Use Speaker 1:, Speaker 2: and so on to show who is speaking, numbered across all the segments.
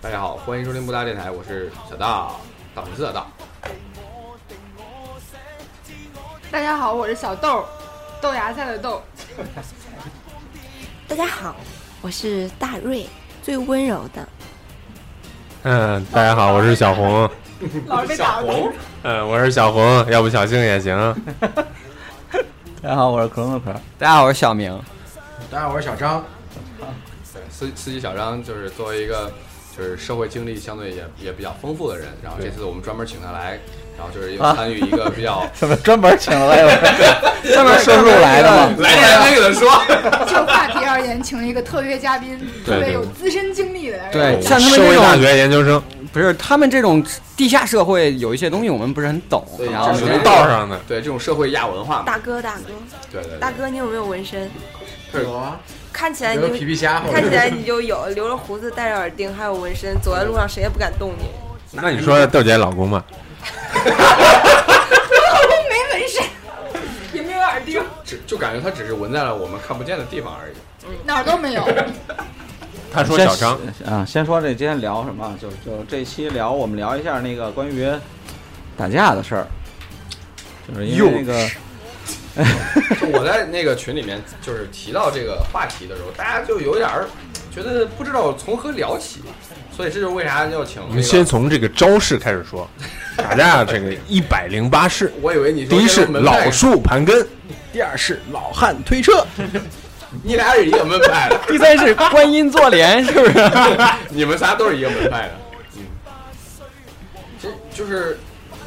Speaker 1: 大家好，欢迎收听布达电台，我是小大，大粉丝小大。
Speaker 2: 大家好，我是小豆，豆芽菜的豆。
Speaker 3: 大家好，我是大瑞，最温柔的。
Speaker 4: 嗯，大家好，我是小红。
Speaker 2: 老是被打断。
Speaker 4: 嗯，我是小红，要不小静也行。
Speaker 5: 大家好，我是可乐可。
Speaker 6: 大家好，我是小明。
Speaker 7: 大家好，我是小张。
Speaker 1: 对，司司机小张就是作为一个就是社会经历相对也也比较丰富的人，然后这次我们专门请他来，然后就是参与一个比 较
Speaker 5: 怎么专门请来了？专门收入来的吗？
Speaker 1: 来人来给他说，
Speaker 2: 就话题而言，请了一个特约嘉宾，特
Speaker 4: 对
Speaker 2: 别有资深经历的人。
Speaker 6: 对，像他们
Speaker 4: 社
Speaker 6: 这
Speaker 4: 会大
Speaker 6: 种
Speaker 4: 学研究生，
Speaker 6: 不是他们这种地下社会有一些东西我们不是很懂，啊
Speaker 1: 对
Speaker 6: 然后
Speaker 1: 这
Speaker 4: 只
Speaker 1: 是
Speaker 4: 能道上的。
Speaker 1: 对这种社会亚文化嘛，
Speaker 3: 大哥，大哥，
Speaker 1: 对对
Speaker 3: 大
Speaker 1: 对，
Speaker 3: 哥，你有没有纹身？
Speaker 7: 有啊，
Speaker 3: 看起来
Speaker 7: 有
Speaker 3: 你
Speaker 7: 个皮皮虾，后
Speaker 3: 看起
Speaker 7: 面
Speaker 3: 来你就有，留着胡子，戴着耳钉，还有纹身，走在路上谁也不敢动你。
Speaker 4: 那你说豆姐老公吧，
Speaker 3: 没纹身，也没有耳钉。
Speaker 1: 只就感觉他只是纹在了我们看不见的地方而已。
Speaker 2: 哪儿都没有。
Speaker 4: 他说小张，
Speaker 5: 啊，先说这今天聊什么？就就这期聊，我们聊一下那个关于打架的事儿，就是因为那个
Speaker 1: 就我在那个群里面就是提到这个话题的时候，大家就有点儿觉得不知道从何聊起，所以这就是为啥要请
Speaker 4: 我
Speaker 1: 那
Speaker 4: 们先
Speaker 1: 个。
Speaker 4: 从这个招式开始 说。打架这个一百零八式，
Speaker 1: 我以为你
Speaker 4: 第
Speaker 1: 说
Speaker 4: 一
Speaker 1: 先
Speaker 4: 式
Speaker 1: 从门派
Speaker 4: 老树盘根，第二式老汉推车，
Speaker 1: 你俩是一个门派 的，
Speaker 6: 第三是观音坐莲，是不是？
Speaker 1: 你们仨都是一个门派的。嗯，这就是，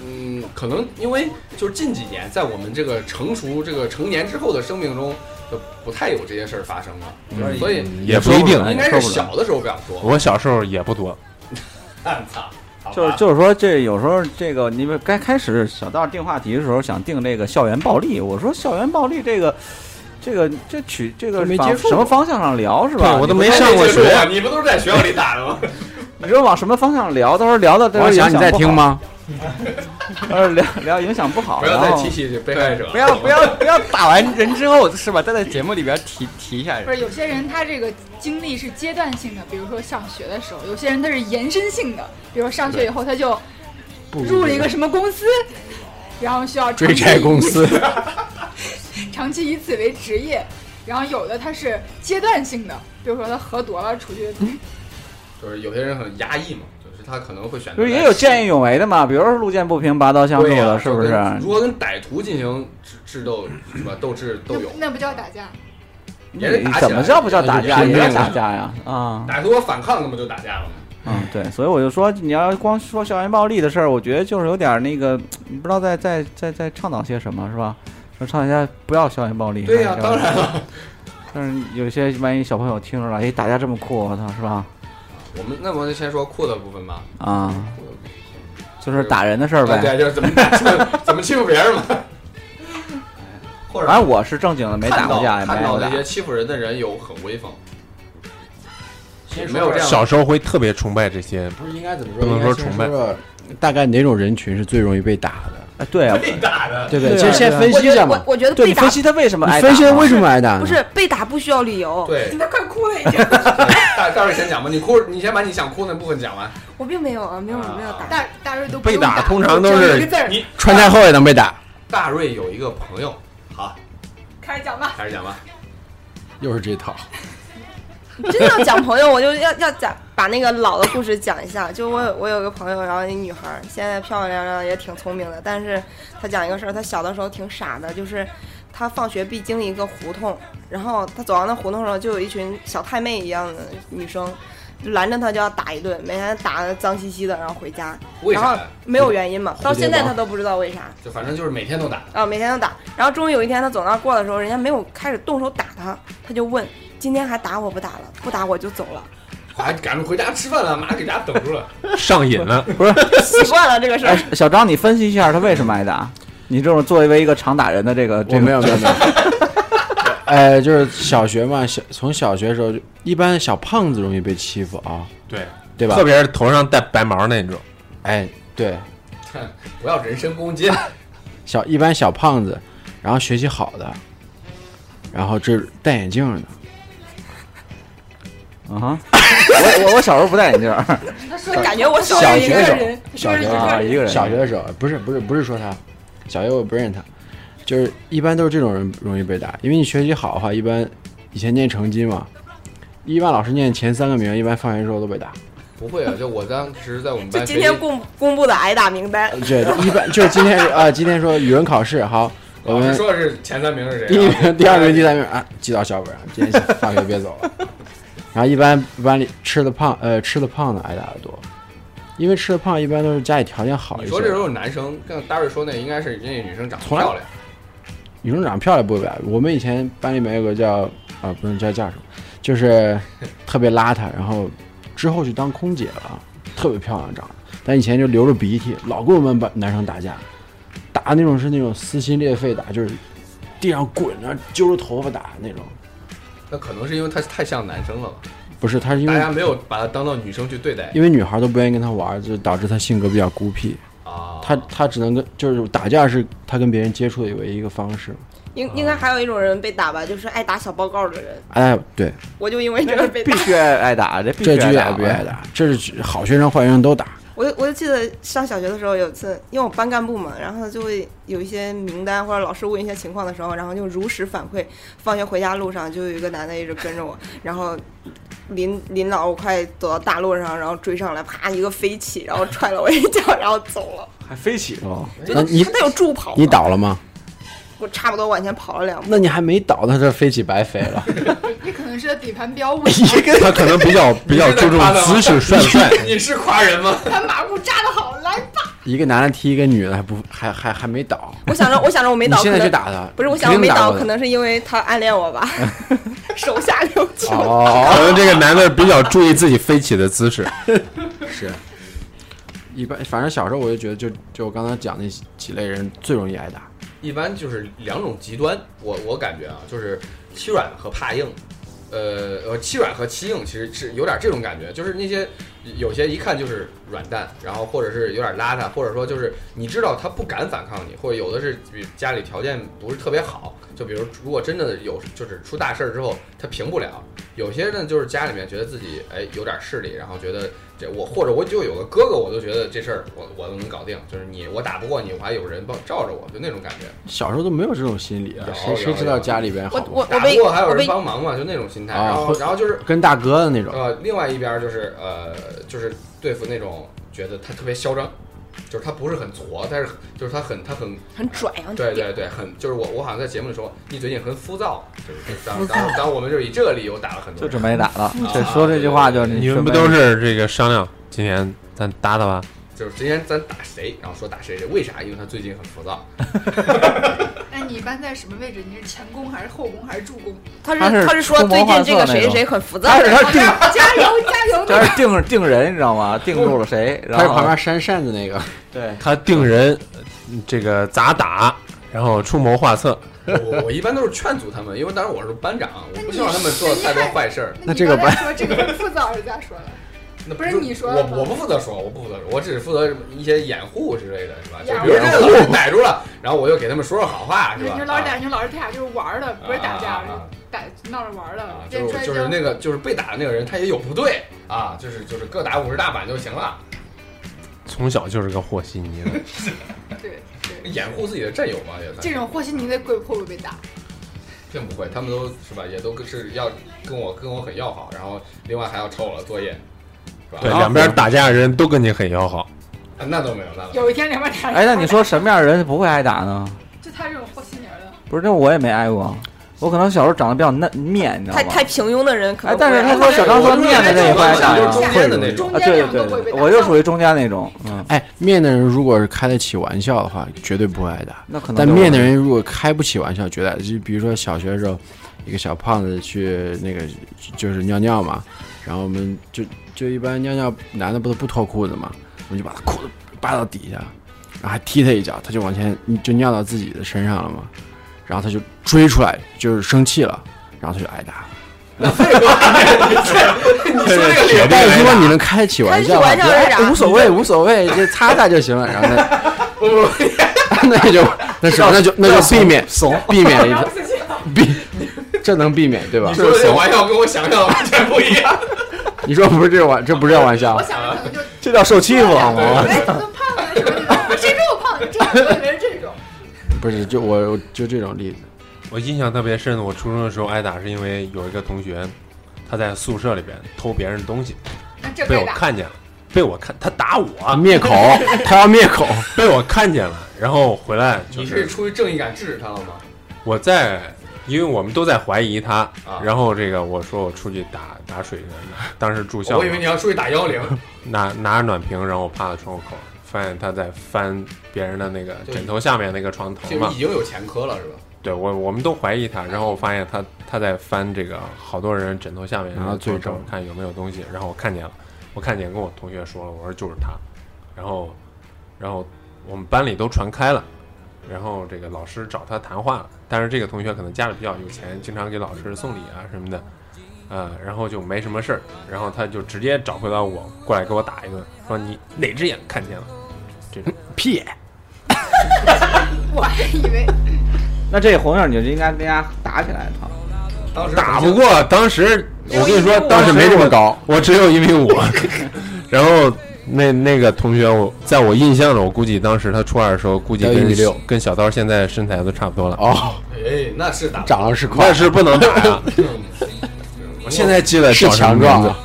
Speaker 1: 嗯，可能因为就是近几年，在我们这个成熟、这个成年之后的生命中，就不太有这些事儿发生了，所以
Speaker 4: 也不一定。
Speaker 1: 应该是小的时候不要说。
Speaker 4: 嗯我小时候也不多，
Speaker 1: 我 操，好吧
Speaker 5: 就是就是说，这有时候这个你们该开始小道定话题的时候，想定这个校园暴力。我说校园暴力这个，这个这取这个
Speaker 4: 都没
Speaker 5: 往
Speaker 4: 接触过
Speaker 5: 什么方向上聊是吧？
Speaker 4: 对我都
Speaker 5: 你
Speaker 4: 没
Speaker 1: 哎
Speaker 4: 上过
Speaker 1: 这就是
Speaker 4: 学
Speaker 1: 我你不都是在学校里打的吗？
Speaker 5: 你说往什么方向聊？到时候聊到这
Speaker 6: 王
Speaker 5: 个
Speaker 6: 翔，你在听？吗？
Speaker 5: 呃， 聊聊影响不好，
Speaker 1: 不要
Speaker 5: 然
Speaker 1: 再
Speaker 5: 后
Speaker 1: 提起这被害者，
Speaker 6: 不要 不。要不要打完人之后是吧？再在节目里边提提一下
Speaker 2: 不
Speaker 6: 人。
Speaker 2: 是有些人他这个经历是阶段性的，比如说上学的时候；有些人他是延伸性的，比如说上学以后他就入了一个什么公司，然后需要长期
Speaker 6: 司，
Speaker 2: 长期以此为职业。然后有的他是阶段性的，比如说他合夺了出去，
Speaker 4: 嗯
Speaker 1: 就是有些人很压抑嘛，就是他可能会选
Speaker 5: 就
Speaker 1: 择在。
Speaker 5: 是也有见义勇为的嘛，比如说路见不平拔刀相助
Speaker 1: 对呀
Speaker 5: 的，是不啊是
Speaker 1: 就？跟如何跟歹徒进行智智斗是吧？斗智斗
Speaker 2: 那
Speaker 1: 勇，
Speaker 2: 那不叫打 架，
Speaker 1: 也是
Speaker 5: 你
Speaker 1: 打起来
Speaker 5: 怎么叫不叫打架？
Speaker 1: 也
Speaker 5: 也
Speaker 1: 是拼命
Speaker 5: 是打架呀！啊，
Speaker 1: 歹徒反抗，那不就打架了吗？
Speaker 5: 嗯，对，所以我就说，你要光说校园暴力的事儿，我觉得就是有点儿那个，你不知道在在在在倡导些什么，是吧？说倡导一下不要校园暴力。
Speaker 1: 对呀、
Speaker 5: 还是要
Speaker 1: 当。然了，
Speaker 5: 但是有些万一小朋友听着了，哎，打架这么酷，我操，是吧？
Speaker 1: 我们那我们先说酷的部分吧，
Speaker 5: 啊，就是打人的事儿
Speaker 1: 对
Speaker 5: 呗。
Speaker 1: 对，就是怎么打怎么欺负别人嘛。 或者
Speaker 5: 反正我是正经的，没打
Speaker 1: 看到
Speaker 5: 过架，也没
Speaker 1: 看到
Speaker 5: 挨
Speaker 1: 那
Speaker 5: 打。
Speaker 1: 些欺负人的人有很威风，
Speaker 7: 先说
Speaker 1: 没有这样
Speaker 4: 小时候会特别崇拜这些。
Speaker 7: 不是应该怎么说？
Speaker 4: 不能说崇拜
Speaker 7: 应该先说说大概哪种人群是最容易被打的，
Speaker 5: 哎，对啊，
Speaker 1: 被打的。
Speaker 7: 对不对？
Speaker 5: 对啊
Speaker 7: 先先分析一下嘛。
Speaker 3: 我觉得
Speaker 5: 对
Speaker 3: 被
Speaker 5: 你
Speaker 3: 打
Speaker 5: 分析他为什么挨
Speaker 7: 你
Speaker 5: 打
Speaker 7: 分
Speaker 5: 嘛？
Speaker 7: 析为什么挨打呢？
Speaker 3: 不是被打不需要理由。
Speaker 1: 对
Speaker 3: 你都快哭了已经。
Speaker 1: 大大瑞先讲吧，你哭，你先把你想哭那部分讲完。
Speaker 3: 我并没有啊，没有没有打。
Speaker 2: 大大瑞都不
Speaker 4: 被
Speaker 2: 用
Speaker 4: 打通常都
Speaker 2: 只有
Speaker 4: 是
Speaker 2: 一个字儿
Speaker 1: 你
Speaker 7: 穿太厚也能被打，
Speaker 1: 大瑞有一个朋友，好，
Speaker 2: 开始讲吧。
Speaker 1: 开始讲吧。
Speaker 7: 又是这套。
Speaker 3: 你真的要讲朋友，我就要要讲把那个老的故事讲一下。就我有我有个朋友，然后一女孩儿，现在漂漂亮亮，也挺聪明的，但是她讲一个事儿，她小的时候挺傻的，就是她放学必经一个胡同，然后她走到那胡同上，就有一群小太妹一样的女生。就拦着她就要打一顿，每天打的脏兮兮的，然后回家，
Speaker 1: 为
Speaker 3: 然
Speaker 1: 啥
Speaker 3: 后
Speaker 1: 呀？
Speaker 3: 没有原因嘛，到现在
Speaker 7: 王
Speaker 3: 她都不知道为啥。
Speaker 1: 就反正就是每天都打。
Speaker 3: 啊，每天都打。然后终于有一天，他走那儿过的时候，人家没有开始动手打他，他就问：“今天还打我不打了？不打我就走了。
Speaker 1: 啊，赶着回家吃饭了，妈给家等住了。
Speaker 4: 上瘾 了，
Speaker 5: 不是，”
Speaker 3: 习惯了这个事儿
Speaker 5: 哎，小张，你分析一下他为什么挨打？你这种作为一个常打人的这个，这
Speaker 7: 我
Speaker 5: 个
Speaker 7: 没有没有没有。呃，就是小学嘛，小从小学的时候就，一般小胖子容易被欺负啊，
Speaker 4: 对
Speaker 7: 对吧
Speaker 4: 特？别是头上带白毛那 种，
Speaker 7: 哎，对，
Speaker 1: 不要人身攻 击，
Speaker 7: 小一般小胖子，然后学习好的，然后这戴眼镜的，
Speaker 5: 啊哈，我我我小时候不戴眼 镜儿
Speaker 2: 他说
Speaker 3: 感觉我小
Speaker 7: 小
Speaker 3: 时候
Speaker 7: 学的时候，
Speaker 2: 说
Speaker 7: 小
Speaker 2: 一个
Speaker 7: 学的时
Speaker 5: 啊，
Speaker 7: 候，
Speaker 5: 一个人
Speaker 7: 小学的时候，不是不是不是说他，小学我不认识他，就是一般都是这种人容易被打，因为你学习好的话，一般以前念成绩嘛，一般老师念前三个名，一般放学之后都被 打。
Speaker 1: 不会啊，就我当时在我们
Speaker 3: 就
Speaker 1: 班
Speaker 3: 今
Speaker 1: 学
Speaker 3: 天
Speaker 1: 习
Speaker 3: 公公布的挨打名单，
Speaker 7: 对，一般就是今天啊、今天说语文考试好，我
Speaker 1: 老师
Speaker 7: 们
Speaker 1: 说的哦是前三名是谁啊？
Speaker 7: 第一名、第二名、第三名啊，记到小本上，今天放学别 走了。然后一般班里吃的胖，呃，吃的胖的挨打的多，因为吃的胖一般都是家里条件好一
Speaker 1: 你
Speaker 7: 些。
Speaker 1: 说这都是男生，跟大瑞说那应该是人家女生长得
Speaker 7: 从来
Speaker 1: 漂亮，
Speaker 7: 女生长得漂亮不会被打。我们以前班里面有个叫啊、不能叫叫什么， 就是特别邋遢，然后之后去当空姐了，特别漂亮长得，但以前就流着鼻涕，老跟我们班男生打架，打那种是那种撕心裂肺打，就是地上滚啊，揪着头发打那种。
Speaker 1: 那可能是因为她太像男生了吧？
Speaker 7: 不是，他是因
Speaker 1: 大家
Speaker 7: 为
Speaker 1: 没有把她当到女生去对待
Speaker 7: 因为女孩都不愿意跟他玩，就导致他性格比较孤僻。
Speaker 1: 啊。
Speaker 7: 他他只能跟就是打架是他跟别人接触的唯一一个方式。
Speaker 3: 应应该还有一种人被打吧，就是爱打小报告的人，
Speaker 7: 哎，对，
Speaker 3: 我就因为这个被打
Speaker 5: 必。须挨挨打，这必须
Speaker 7: 这
Speaker 5: 挨
Speaker 7: 局
Speaker 5: 打，
Speaker 7: 也不愿意打，这是好学生坏学生都打。
Speaker 3: 我就我就记得上小学的时候有一次，因为我班干部嘛，然后就会有一些名单或者老师问一些情况的时候，然后就如实反馈。放学回家路上就有一个男的一直跟着我，然后临临老我快走到大路上，然后追上来，啪一个飞起，然后踹了我一脚，然后走了。
Speaker 5: 还飞起哦，
Speaker 7: 那你
Speaker 3: 他有助跑，
Speaker 7: 你，倒了吗？
Speaker 3: 我差不多往前跑了两步。
Speaker 7: 那你还没倒，他这飞起白飞了。
Speaker 2: 你可能是底盘比较稳，
Speaker 7: 他可能比较比较注重 姿势帅不 帅。
Speaker 1: 你是夸人吗？
Speaker 2: 他马步扎的好，来吧。
Speaker 7: 一个男的踢一个女的还不还还还没倒，
Speaker 3: 我想着，我想着我没
Speaker 7: 你
Speaker 3: 倒，
Speaker 7: 现
Speaker 3: 可
Speaker 7: 在
Speaker 3: 能
Speaker 7: 去打他，
Speaker 3: 不是，我想我
Speaker 7: 肯
Speaker 3: 没
Speaker 7: 定打
Speaker 3: 倒，
Speaker 7: 过
Speaker 3: 可
Speaker 7: 他
Speaker 3: 能是因为他暗恋我吧，手下留情。
Speaker 7: 哦，
Speaker 4: 可能这个男的比较注意自己飞起的姿势。
Speaker 7: 是。一般，反正小时候我就觉得就，就我刚才讲那几类人最容易挨打。
Speaker 1: 一般就是两种极端，我我感觉啊，就是欺软和怕硬，呃呃，欺软和欺硬其实是有点这种感觉，就是那些有些一看就是软蛋，然后或者是有点邋遢，或者说就是你知道他不敢反抗你，或者有的是比家里条件不是特别好，就比如如果真的有就是出大事儿之后他平不了，有些呢就是家里面觉得自己哎有点势力，然后觉得这我或者我就有个哥哥，我都觉得这事儿我我都能搞定，就是你我打不过你，我还有人帮罩着我，就那种感觉。
Speaker 7: 小时候都没有这种心理啊
Speaker 1: 有，
Speaker 7: 谁谁
Speaker 1: 有
Speaker 7: 知道
Speaker 1: 有
Speaker 7: 家里边好
Speaker 3: 我我我
Speaker 1: 打不
Speaker 3: 被
Speaker 1: 过还有
Speaker 3: 我
Speaker 1: 人
Speaker 3: 被
Speaker 1: 帮忙嘛，就那种心态。
Speaker 7: 啊
Speaker 1: 然后，
Speaker 7: 会
Speaker 1: 然后就是
Speaker 7: 跟大哥的那种？
Speaker 1: 呃，另外一边就是呃，就是对付那种觉得他特别嚣张，就是他不是很矬，但是就是他很他很
Speaker 3: 很拽啊，
Speaker 1: 对对对，很就是我我好像在节目里说你最近很浮躁， 就是当当当我们就是以这个理由打了很多
Speaker 5: 就
Speaker 1: 人，
Speaker 5: 准备挨打 了。
Speaker 1: 啊
Speaker 5: 这说这句话就是
Speaker 4: 你们
Speaker 5: 准备
Speaker 4: 不 都是这个商量今天咱打打吧？
Speaker 1: 就是今天咱打谁，然后说打谁谁，为啥？因为他最近很浮躁，
Speaker 2: 那你一般在什么位置？你是前弓还是后弓还是助攻？
Speaker 3: 他是
Speaker 5: 他是
Speaker 3: 他是说
Speaker 5: 出谋
Speaker 3: 最
Speaker 5: 划
Speaker 3: 近这个
Speaker 5: 策那
Speaker 3: 谁
Speaker 5: 种
Speaker 3: 谁很浮躁，
Speaker 5: 他是他是定
Speaker 2: 加油加油！
Speaker 5: 他是定定人，你知道吗？定住了谁，然
Speaker 7: 他是
Speaker 5: 后
Speaker 7: 旁边扇扇子那个，
Speaker 5: 对
Speaker 4: 他定人，嗯这个咋打，然后出谋划策。
Speaker 1: 我我一般都是劝阻他们，因为当时我是班长，我不希望他们做太多坏事儿。
Speaker 2: 那你刚才说这个很复杂，人家说了，
Speaker 1: 那
Speaker 2: 不是你说的吗
Speaker 1: 我我不负责说，我不负责说，我只是负责一些掩护之类的，是吧？就
Speaker 2: 掩护
Speaker 1: 比如这个老师逮住了，然后我就给他们说说好话，是
Speaker 2: 你
Speaker 1: 吧？啊
Speaker 2: 说老师打，你说老师打，就是玩儿的，不是打架
Speaker 1: 啊啊啊，
Speaker 2: 就打闹着玩儿
Speaker 1: 啊
Speaker 2: 的。
Speaker 1: 就
Speaker 2: 别摔
Speaker 1: 是就
Speaker 2: 跤
Speaker 1: 是那个就是被打的那个人，他也有不对啊，就是就是各打五十大板就行了，
Speaker 4: 从小就是个和稀泥的，
Speaker 1: 啊
Speaker 2: 对对，
Speaker 1: 掩护自己的战友嘛，也算
Speaker 2: 这种和稀泥的鬼会不会被打？
Speaker 1: 并不会，他们都是吧，也都是要跟我跟我很要好，然后另外还要抄我的作业，是 吧？
Speaker 4: 对，
Speaker 1: 啊
Speaker 4: 两边打架的人都跟你很要好。
Speaker 1: 那都没有，那都没有
Speaker 2: 有一天两边打。
Speaker 5: 哎，那你说什么样的人不会挨打呢？
Speaker 2: 就他这种和稀泥儿的，
Speaker 5: 不是，这我也没挨过，我可能小时候长得比较嫩面，你知道
Speaker 3: 太
Speaker 5: 吗？
Speaker 3: 太平庸的人可
Speaker 5: 哎
Speaker 3: 能，不
Speaker 5: 但是他
Speaker 3: 会
Speaker 5: 说小张说面的这一块挨打
Speaker 1: 就是
Speaker 5: 呀，
Speaker 1: 中间的那种
Speaker 2: 中。
Speaker 5: 啊，
Speaker 2: 间
Speaker 5: 对
Speaker 2: 两
Speaker 5: 对
Speaker 2: 个会被
Speaker 5: 对，
Speaker 2: 打。
Speaker 5: 我就属于中间那种，嗯，
Speaker 7: 哎，面的人如果是开得起玩笑的话，绝对不会挨打。
Speaker 5: 那可能
Speaker 7: 但
Speaker 5: 就
Speaker 7: 面的人如果开不起玩笑，觉得就比如说小学的时候，一个小胖子去那个就是尿尿嘛，然后我们就就一般尿尿男的不都不脱裤子嘛，我们就把他裤子扒到底下，然后还踢他一脚，他就往前就尿到自己的身上了嘛，然后他就追出来，就是生气了，然后他就挨打。但是如果你能开起玩笑的话，
Speaker 3: 开起玩笑是啥
Speaker 7: 觉得哎无所谓，无所谓，就擦擦就行了。然后那 那就那什么，那就那就避免
Speaker 4: 怂，
Speaker 7: 避免了 一
Speaker 2: 然
Speaker 7: 条
Speaker 2: 后自己
Speaker 7: 避，这能避免对吧
Speaker 1: 你？说的这玩笑跟我想象的完全不一样。
Speaker 7: 你说不是这玩，这不是这玩笑
Speaker 2: 我，想着可能就
Speaker 4: 这叫受欺负好
Speaker 5: 啊
Speaker 4: 吗？
Speaker 2: 哎，怎么胖了什么的，谁说我胖？这我以为是这种。
Speaker 7: 不是就我我就这种例子，
Speaker 4: 我印象特别深，我初中的时候挨打是因为有一个同学，他在宿舍里边偷别人东西，
Speaker 2: 那这
Speaker 4: 被
Speaker 2: 被
Speaker 4: 我
Speaker 2: 打，
Speaker 4: 看见了，被我看他打我，
Speaker 7: 灭口，他要灭口，
Speaker 4: 被我看见了，然后回来就
Speaker 1: 你是出于正义感制止他了吗？
Speaker 4: 我在，因为我们都在怀疑他
Speaker 1: 啊，
Speaker 4: 然后这个我说我出去打打水人，当时住校
Speaker 1: 我以，为你要出去打幺零，
Speaker 4: 拿拿着暖瓶，然后我趴在窗户口，发现他在翻别人的那个
Speaker 1: 对
Speaker 4: 枕头下面那个床头
Speaker 1: 就
Speaker 4: 嘛
Speaker 1: 已，经有前科了是吧？
Speaker 4: 对我我们都怀疑他，然后我发现他他在翻这个好多人枕头下面，
Speaker 7: 然后
Speaker 4: 做
Speaker 7: 最
Speaker 4: 找
Speaker 7: 终
Speaker 4: 看有没有东西，然后我看见了，我看见跟我同学说了，我说就是他，然后然后我们班里都传开了。然后这个老师找他谈话了，但是这个同学可能家里比较有钱，经常给老师送礼啊什么的，呃，然后就没什么事儿，然后他就直接找回到我过来给我打一顿，说你哪只眼看见了？
Speaker 7: 屁，
Speaker 2: 我还 以为
Speaker 5: 那这红样你就应该跟人家打起来，操！
Speaker 1: 当时
Speaker 4: 打不过，当时我跟你说，
Speaker 7: 当
Speaker 4: 当时
Speaker 7: 时
Speaker 4: 没
Speaker 7: 没
Speaker 4: 这
Speaker 7: 这
Speaker 4: 么
Speaker 7: 么高，
Speaker 4: 我 只有一米五，然后那那个同学，我在我印象里，我估计当时他初二的时候，估计
Speaker 7: 要
Speaker 4: 跟
Speaker 7: 1.6
Speaker 4: 跟小刀现在身材都差不多了。
Speaker 7: 哦，
Speaker 1: 哎，那是打不
Speaker 7: 长得是快
Speaker 4: 那，是不能打 呀！
Speaker 1: 过。
Speaker 4: 我现在记得
Speaker 7: 是
Speaker 4: 叫什么
Speaker 7: 强
Speaker 4: 名
Speaker 7: 壮
Speaker 4: 字
Speaker 7: 啊，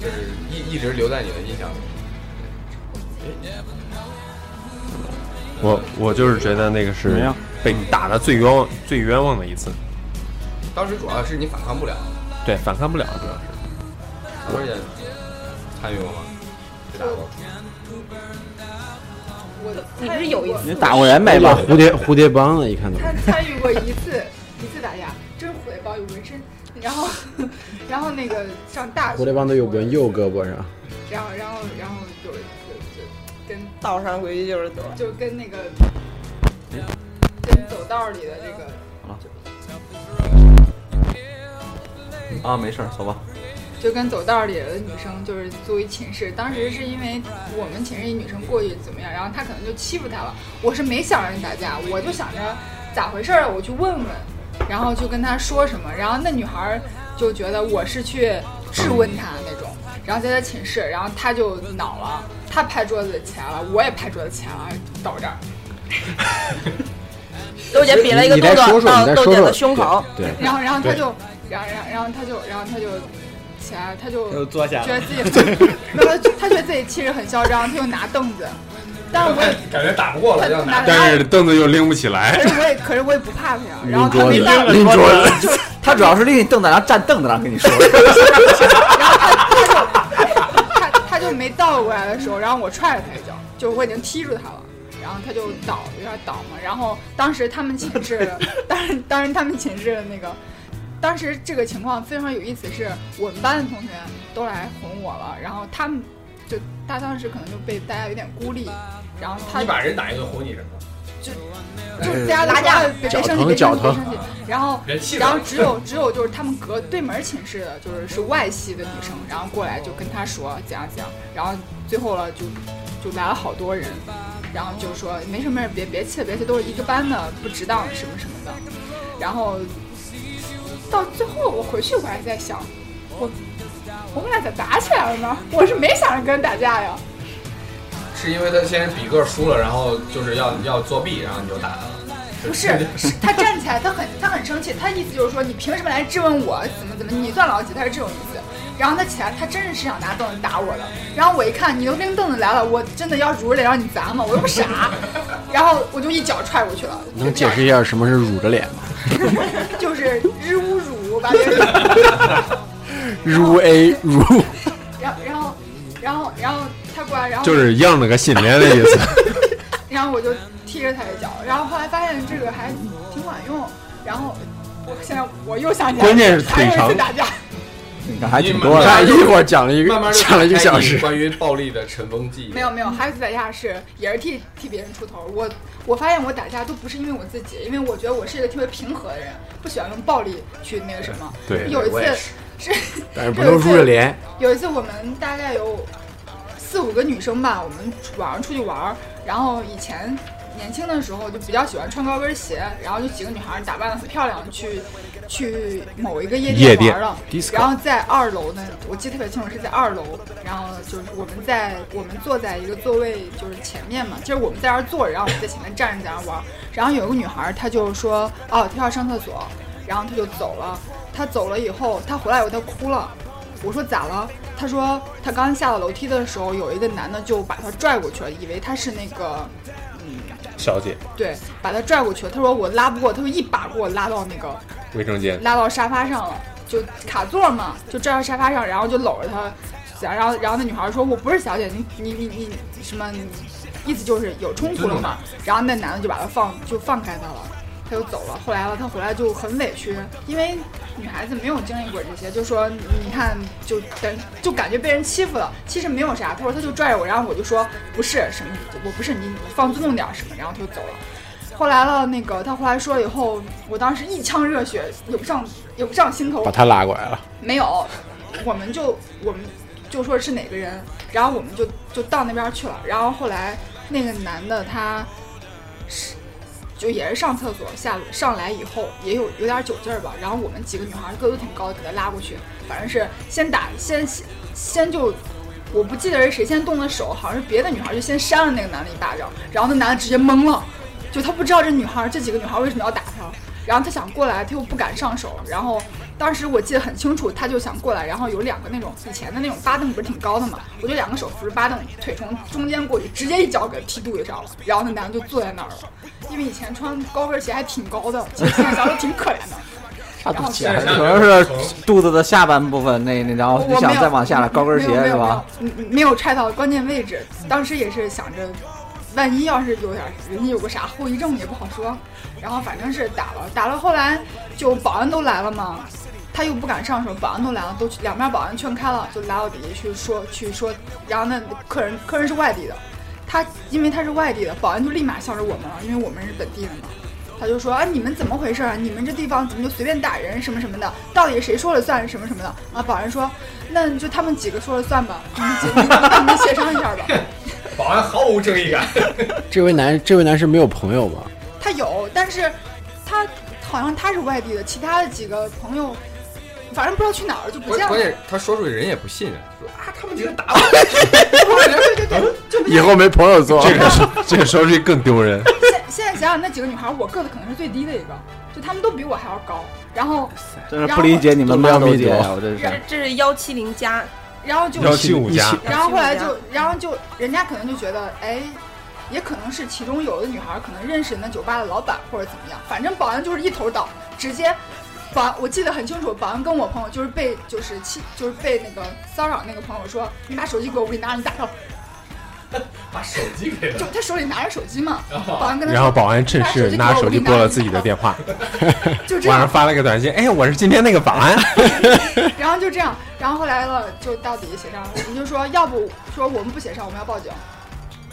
Speaker 1: 这是一一直留在你的印象里。
Speaker 4: 我我就是觉得那个
Speaker 5: 怎么
Speaker 4: 是
Speaker 5: 样
Speaker 4: 被打的最冤最冤枉的一次，
Speaker 1: 当时主要是你反抗不了，
Speaker 4: 对，反抗不了，主要是。
Speaker 1: 我也参与过吗？被打过。
Speaker 2: 我
Speaker 3: 你不是有一次
Speaker 5: 你打过人没吧？
Speaker 7: 蝴蝶蝴蝶帮了，一看都
Speaker 2: 他参与过一次一次打架，真虎背包有纹身，然后然后那个上大学，
Speaker 7: 蝴蝶帮都有纹右胳膊上，
Speaker 2: 然后然后然后有一次就跟
Speaker 3: 道上规矩就是多。
Speaker 2: 就跟那个跟走道里的这个
Speaker 5: 啊，没事儿，走吧。
Speaker 2: 就跟走道里的女生就是租一寝室，当时是因为我们寝室一女生过去怎么样，然后她可能就欺负她了。我是没想让人打架，我就想着咋回事儿，啊我去问问，然后就跟她说什么，然后那女孩儿就觉得我是去质问她那种，然后在她寝室，然后她就恼了，她拍桌子起来了，我也拍桌子起来了，到这儿，
Speaker 3: 豆姐比了一个
Speaker 7: 你
Speaker 3: 动
Speaker 7: 再
Speaker 3: 作
Speaker 7: 说说，
Speaker 3: 到
Speaker 7: 你再
Speaker 3: 豆
Speaker 7: 说
Speaker 3: 姐
Speaker 7: 说
Speaker 3: 的胸口，
Speaker 7: 对，对
Speaker 2: 然后然后她就，然后然后然后她就然后她就起来，她就
Speaker 6: 又坐下
Speaker 2: 觉得 自己很，没有他他觉得自己气势很嚣张，他就拿凳子，但是我也
Speaker 1: 感觉打不过了，要拿
Speaker 2: 拿但
Speaker 4: 是凳子又拎不起
Speaker 2: 可
Speaker 4: 来，
Speaker 2: 是我也可是我也不怕他呀，然后
Speaker 7: 拎
Speaker 2: 他
Speaker 7: 桌
Speaker 2: 没办
Speaker 7: 子
Speaker 2: 法，，
Speaker 7: 拎桌子，
Speaker 5: 他主要是立你凳子，然后站凳子上跟你 说。
Speaker 2: 然后他他就他他就没倒过来的时候， 然后我踹了他一脚，就我已经踢住他了。然后他就倒，有点倒嘛。然后当时他们寝室的，当时当时他们寝室的那个，当时这个情况非常有意思，是我们班的同学都来哄我了，然后他们就他当时可能就被大家有点孤立，然后他
Speaker 1: 你把人打一顿哄你什么？
Speaker 2: 就是大家打架，别别生气，别生气，别生气。然后，
Speaker 1: 人气
Speaker 2: 然后只有只有就是他们隔对门寝室的，就是是外系的女生，然后过来就跟他说怎样怎样，然后最后了就就来了好多人，然后就说没什么事，别别气了，别气，都是一个班的，不值当什么什么的。然后到最后我回去我还在想，我我们俩咋打起来了呢？我是没想着跟人打架呀。
Speaker 1: 是因为他先比个输了，然后就是要要作弊，然后你就打他了。
Speaker 2: 不是，是他站起来，他很他很生气，他意思就是说你凭什么来质问我怎么怎么，你算老几？他是这种意思。然后他起来，他真的是想拿凳子打我的。然后我一看，你都拎凳子来了，我真的要如着脸让你砸吗？我又不傻。 然后我就一脚踹过去了。
Speaker 7: 能解释一下什么是乳着脸吗？
Speaker 2: 就是日侮辱，把 别人。
Speaker 7: 乳 A 乳，
Speaker 2: 然后然后然后然后他过来，然后
Speaker 4: 就是样了个心 连的意思。
Speaker 2: 然后我就踢着他一脚。然后后来发现这个还挺管用。然后我现在我又想起来，
Speaker 7: 关键是
Speaker 2: 还
Speaker 7: 腿
Speaker 2: 有一次
Speaker 7: 长
Speaker 2: 打架。
Speaker 5: 你看还挺
Speaker 7: 我
Speaker 5: 多的。
Speaker 7: 看一会儿讲了一个
Speaker 1: 慢慢地
Speaker 7: 讲了一个小
Speaker 1: 展
Speaker 7: 时
Speaker 1: 开你，关于暴力的尘封记忆。
Speaker 2: 没有没有，还有一次打架是也是替替别人出头。我我发现我打架都不是因为我自己，因为我觉得我是一个特别平和的人，不喜欢用暴力去那个什么。
Speaker 4: 对
Speaker 2: 有一
Speaker 1: 我也
Speaker 2: 次是
Speaker 7: 但是哎不能乳着脸，
Speaker 2: 有一次我们大概有四五个女生吧，我们晚上出去玩儿，然后以前年轻的时候就比较喜欢穿高跟鞋，然后就几个女孩打扮的很漂亮，去去某一个夜
Speaker 4: 夜
Speaker 2: 店
Speaker 4: 店
Speaker 2: 玩了。然后在二楼呢，我记得特别清楚，是在二楼。然后就是我们在我们坐在一个座位就是前面嘛，就是我们在那儿坐着，然后我们在前面站着在那儿玩。然后有一个女孩，她就说哦，她要上厕所，然后她就走了。她走了以后，她回来以后她哭了。我说咋了？她说她刚下了楼梯的时候，有一个男的就把她拽过去了，以为她是那个嗯
Speaker 4: 小姐，
Speaker 2: 对，把她拽过去了。她说我拉不过，她就一把给我拉到那个
Speaker 4: 卫生间，
Speaker 2: 拉到沙发上了，就卡座嘛，就拽到沙发上，然后就搂着她，然后然后那女孩说我不是小姐，你你你你你什么你，意思就是有冲突了嘛。然后那男的就把她放就放开她了。她就走了，后来了，她回来就很委屈，因为女孩子没有经历过这些，就说你看，就等就感觉被人欺负了，其实没有啥。她说她就拽着我，然后我就说不是什么，我不是你，你放尊重点儿什么，然后她就走了。后来了，那个他后来说以后，我当时一腔热血涌上涌上心头
Speaker 7: 把，他拉过来了，
Speaker 2: 没有，我们就我们就说是哪个人，然后我们就就到那边去了。然后后来那个男的他是就也是上厕所下上来以后也有有点酒劲儿吧，然后我们几个女孩儿个子都挺高的，给他拉过去，反正是先打先先先就。我不记得是谁先动的手，好像是别的女孩儿就先扇了那个男的一巴掌，然后那男的直接懵了，就他不知道这女孩儿这几个女孩儿为什么要打他，然后他想过来，他又不敢上手，然后当时我记得很清楚，他就想过来，然后有两个那种以前的那种八凳不是挺高的嘛，我就两个手扶着八凳，腿从中间过去，直接一脚给踢肚子上了，然后那男的就坐在那儿了，因为以前穿高跟鞋还挺高的，其实现在想想挺可怜的。然后
Speaker 1: 现在
Speaker 5: 可能是肚子的下半部分那那，然后你
Speaker 2: 我
Speaker 5: 想
Speaker 2: 没有
Speaker 5: 再往下了，高跟
Speaker 2: 没有
Speaker 5: 鞋是吧？？
Speaker 2: 没有没有没有踹到关键位置，当时也是想着，万一要是有点人家有个啥后遗症也不好说。然后反正是打了，打了后来就保安都来了嘛，他又不敢上手，保安都来了，都去两边保安劝开了，就拉到底下去说去说，然后那客人客人是外地的，他因为他是外地的，保安就立马向着我们了，因为我们是本地的嘛。他就说啊，你们怎么回事啊？你们这地方怎么就随便打人什么什么的？到底谁说了算什么什么的？啊，保安说，那就他们几个说了算吧，你们几个你们协商一下吧。
Speaker 1: 保安毫无正义感。
Speaker 7: 这位男这位男士没有朋友吧？
Speaker 2: 他有，但是他好像他是外地的，其他的几个朋友，反正不知道去哪儿了就不
Speaker 1: 关
Speaker 2: 见
Speaker 1: 关
Speaker 2: 了。
Speaker 1: 键他说出去人也不信啊，说啊他们几个打我，对对对对，
Speaker 7: 以后没朋友做，
Speaker 4: 这个是这个时候这更丢人。
Speaker 2: 现现在想想那几个女孩，我个子可能是最低的一个，就她们都比我还要高。然后
Speaker 5: 真是不理解你们妈理解
Speaker 7: 啊
Speaker 5: 呀，我真
Speaker 3: 这
Speaker 5: 是。
Speaker 3: 这是幺七零加，
Speaker 2: 然后就
Speaker 4: 幺七五加，
Speaker 2: 然后后来
Speaker 3: 是
Speaker 2: 就，然后就人家可能就觉得，哎，也可能是其中有的女孩可能认识那酒吧的老板或者怎么样，反正保安就是一头倒，直接保安我记得很清楚，保安跟我朋友就是被就是气就是被那个骚扰那个朋友说，你把手机给我，我给你拿你打上，
Speaker 1: 把手机给
Speaker 2: 就
Speaker 1: 他，
Speaker 2: 他手里拿着手机嘛，保安跟他
Speaker 4: 哦然后
Speaker 2: 说
Speaker 4: 保安趁势拿手机拨了自己的电话，
Speaker 2: 就这样
Speaker 4: 晚上，发了个短信，哎，我是今天那个保安。
Speaker 2: 然后就这样，然后后来了就到底协商，我们就说要不说我们不协商，我们要报警，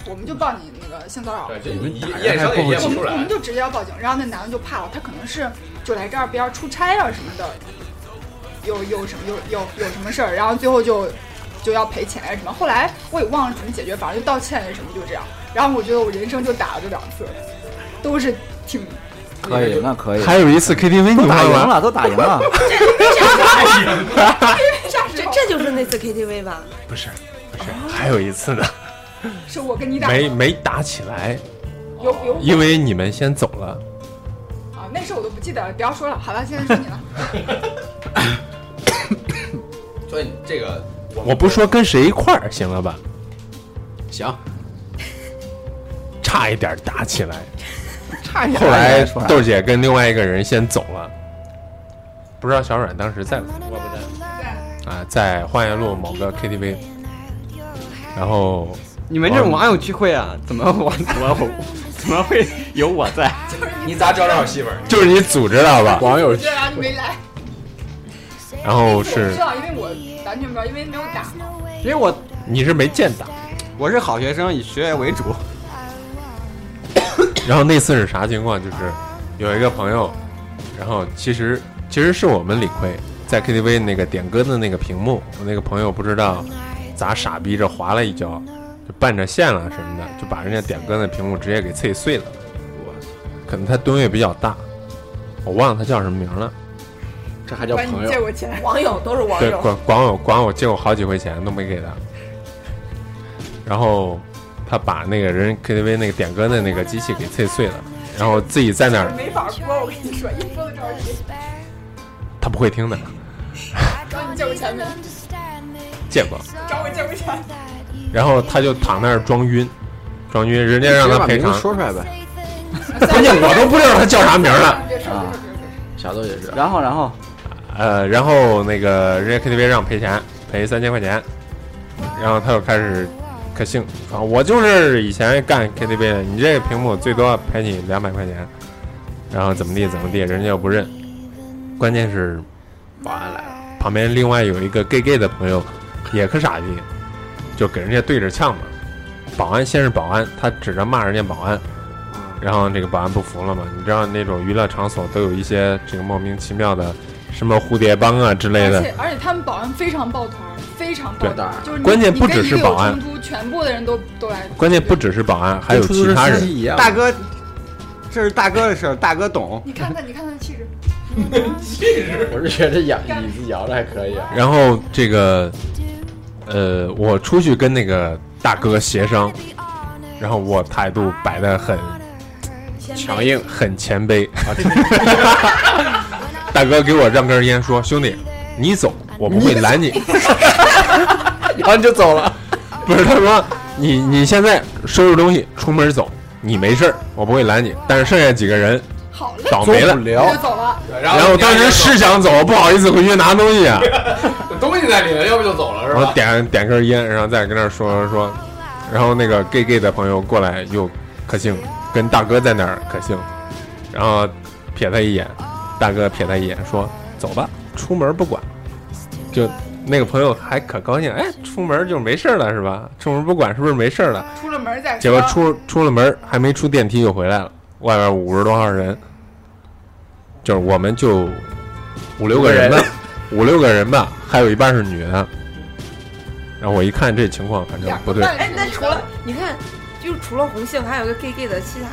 Speaker 2: 我们就报你那个性骚扰。
Speaker 1: 对，这你验伤也验
Speaker 2: 我
Speaker 1: 不
Speaker 2: 们
Speaker 1: 出
Speaker 2: 我们
Speaker 1: 来。
Speaker 2: 就直接要报警，然后那男的就怕了，他可能是就来这儿边儿出差啊什么的，有有什么有有有什么事儿，然后最后就就要赔钱啊什么。后来我也忘了怎么解决，反正就道歉什么就这样。然后我觉得我人生就打了这两次，都是挺
Speaker 5: 可以，那可以，
Speaker 4: 还有一次 KTV 你
Speaker 5: 都打
Speaker 4: 忘
Speaker 5: 赢
Speaker 4: 了？
Speaker 5: 了，都打赢了。
Speaker 2: 啥时
Speaker 3: 这
Speaker 2: 候？
Speaker 3: 这就是那次 KTV 吧？
Speaker 4: 不是，不是，还有 一次呢，
Speaker 2: 是我跟你打的
Speaker 4: 没没打起来，
Speaker 2: 有有
Speaker 4: 因为你们先走了。
Speaker 2: 啊，那事儿我都不记得了，不要说了。好了，现在说你了，
Speaker 1: 所以这个
Speaker 4: 我不说跟谁一块儿行了吧？
Speaker 7: 行，
Speaker 4: 差一点打起来，
Speaker 5: 差一
Speaker 4: 后来
Speaker 5: 说啥
Speaker 4: 豆姐跟另外一个人先走了，不知道小阮当时在不在？我不在。啊，在花园路某个 KTV，然后
Speaker 6: 你们这种网友聚会啊，怎么我我怎么会有我 在？
Speaker 1: 你咋找找媳妇儿？
Speaker 4: 就是你组织的好吧？
Speaker 7: 网友
Speaker 2: 对啊，你没来，
Speaker 4: 然
Speaker 1: 哦
Speaker 4: 后
Speaker 2: 我
Speaker 4: 是
Speaker 2: 知道，因为我完全不知道，因为没有打。
Speaker 6: 因为我
Speaker 4: 你是没见打，
Speaker 6: 我是好学生，以学业为主。
Speaker 4: 然后那次是啥情况？就是有一个朋友，然后其实其实是我们理亏，在 KTV 那个点歌的那个屏幕，我那个朋友不知道咋傻逼着滑了一跤，就伴着线啦什么的，就把人家点歌的屏幕直接给啐碎了。我操！可能他吨位比较大，我忘了他叫什么名了。
Speaker 1: 这还叫
Speaker 2: 管你
Speaker 1: 朋
Speaker 2: 借
Speaker 1: 友？
Speaker 2: 过钱，
Speaker 3: 网友都是网
Speaker 4: 对，
Speaker 3: 友，
Speaker 4: 管管我管我借过好几回钱都没给他。然后他把那个人 KTV 那个点歌的那个机器给啐碎了，然后自己在那儿，
Speaker 2: 没法播。我跟你说，一播都知道是谁。
Speaker 4: 他不会听的，
Speaker 2: 找你借过钱没？
Speaker 4: 借过。
Speaker 2: 找我借过 钱。
Speaker 4: 然后他就躺那儿装晕，装晕，人家
Speaker 7: 直
Speaker 4: 让
Speaker 7: 接
Speaker 4: 他
Speaker 7: 把
Speaker 4: 赔
Speaker 7: 名
Speaker 4: 偿
Speaker 7: 字。说出来呗，
Speaker 4: 关键我都啊不知道他叫啥
Speaker 2: 啊
Speaker 4: 名了。
Speaker 2: 别说，别说，别说。
Speaker 7: 小豆也是。
Speaker 5: 然后然后
Speaker 4: 呃，然后那个人家 KTV 让赔钱，赔三千块钱，然后他又开始可兴啊，我就是以前干 KTV 的，你这个屏幕最多赔你两百块钱，然后怎么地怎么地，人家又不认，关键是
Speaker 1: 保安来了，
Speaker 4: 旁边另外有一个 gay gay 的朋友，也可傻逼，就给人家对着呛嘛。保安先是保安，他指着骂人家保安，然后这个保安不服了嘛。你知道那种娱乐场所都有一些这个莫名其妙的，什么蝴蝶帮啊之类
Speaker 2: 而
Speaker 4: 的。
Speaker 2: 且而且他们保安非常抱团儿，非常抱团儿，
Speaker 1: 对
Speaker 2: 就是你
Speaker 4: 关键
Speaker 2: 你
Speaker 4: 不
Speaker 2: 跟
Speaker 4: 只
Speaker 2: 一
Speaker 4: 是
Speaker 2: 个
Speaker 4: 保
Speaker 2: 有
Speaker 4: 安
Speaker 2: 冲突，全部的人都都来。
Speaker 4: 关键不只是保安，还有
Speaker 7: 跟出租
Speaker 4: 其
Speaker 7: 车
Speaker 4: 他
Speaker 7: 司
Speaker 4: 人。
Speaker 7: 机一样，
Speaker 6: 大哥，这是大哥的事儿，大哥懂。
Speaker 2: 你看他，你看他的气质，
Speaker 1: 我是觉得这摇椅子摇的还可以啊。
Speaker 4: 然后这个，呃，我出去跟那个大哥协商，然后我态度摆得很
Speaker 1: 强硬，
Speaker 4: 很谦卑。大哥给我让根烟，说：“兄弟，你走，我不会拦你。
Speaker 1: 然后你就走了。”
Speaker 4: 不是，他说：“你你现在收拾东西出门走，你没事儿，我不会拦你。但是剩下几个人
Speaker 2: 好嘞，
Speaker 4: 倒霉了。”
Speaker 2: 我就走了。
Speaker 1: 然
Speaker 4: 然后我当时是想走，不好意思回去拿东西啊，
Speaker 1: 东西在里面，要不就走了是
Speaker 4: 然后
Speaker 1: 吧？
Speaker 4: 点点根烟，然后再跟那儿说说，然后那个 gay gay 的朋友过来又可兴，跟大哥在那儿可兴，然后瞥他一眼，大哥瞥他一眼说走吧，出门不管，就那个朋友还可高兴，哎，出门就没事儿了是吧？出门不管是不是没事儿了？
Speaker 2: 出了门儿再
Speaker 4: 结果
Speaker 2: 说
Speaker 4: 出出了门儿还没出电梯就回来了，外面五十多号人，就是我们就五六个人吧，五六个人吧，还有一半是女的。然后我一看这情况，反正
Speaker 2: 两
Speaker 4: 不
Speaker 2: 个
Speaker 4: 对，
Speaker 2: 半
Speaker 3: 哎，那
Speaker 2: 是
Speaker 3: 除了你看，就是除了红杏，还有一个 gay gay 的，其他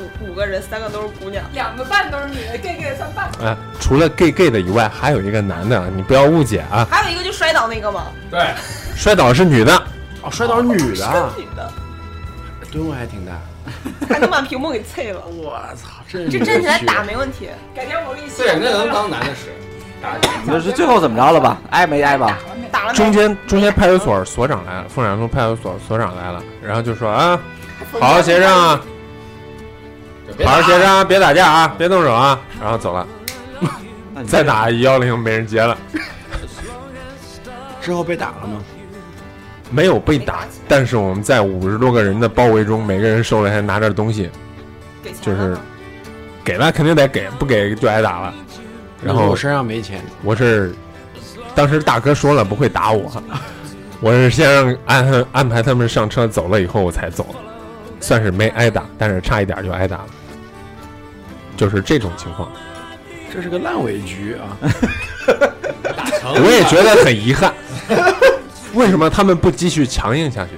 Speaker 3: 五五个人，三个都是姑娘。
Speaker 2: 两个半都是女的，gay gay 算半。
Speaker 4: 哎，除了 gay gay 的以外，还有一个男的，你不要误解啊，
Speaker 3: 还有一个就摔倒那个嘛，
Speaker 1: 对，
Speaker 4: 摔倒是女的，
Speaker 7: 哦，摔倒是女
Speaker 3: 是
Speaker 7: 的
Speaker 3: 个
Speaker 7: 啊，
Speaker 3: 女的，
Speaker 7: 吨位还挺大。
Speaker 3: 还能把屏幕给碎了，
Speaker 7: 我操，这
Speaker 3: 这站起来
Speaker 7: 啊
Speaker 4: 啊
Speaker 3: 打没问题。
Speaker 2: 改天我给你写
Speaker 1: 对，那能当男的使。打
Speaker 5: 就是最后怎么着了吧？挨没挨吧？
Speaker 2: 打了没？
Speaker 3: 打了没
Speaker 4: 中间中间派出所所长来了，凤山路派出所所长来了，然后就说啊，好好协商啊，好好协，商啊，别打架啊，别动手啊，然后走了。
Speaker 5: 那你
Speaker 4: 再打幺零没人接了，
Speaker 7: 之后被打了吗？
Speaker 4: 没有被打，但是我们在五十多个人的包围中，每个人手里还拿着东西，
Speaker 3: 给钱
Speaker 4: 就是
Speaker 3: 了吗
Speaker 4: 给了肯定得给，不给就挨打了。然
Speaker 7: 我
Speaker 4: 后
Speaker 7: 身上没钱，
Speaker 4: 我是，当时大哥说了不会打我， 我是先让安安排他们上车走了以后我才走，算是没挨打，但是差一点就挨打了，就是这种情况，
Speaker 7: 这是个烂尾局啊！
Speaker 4: 我也觉得很遗憾。为什么他们不继续强硬下去？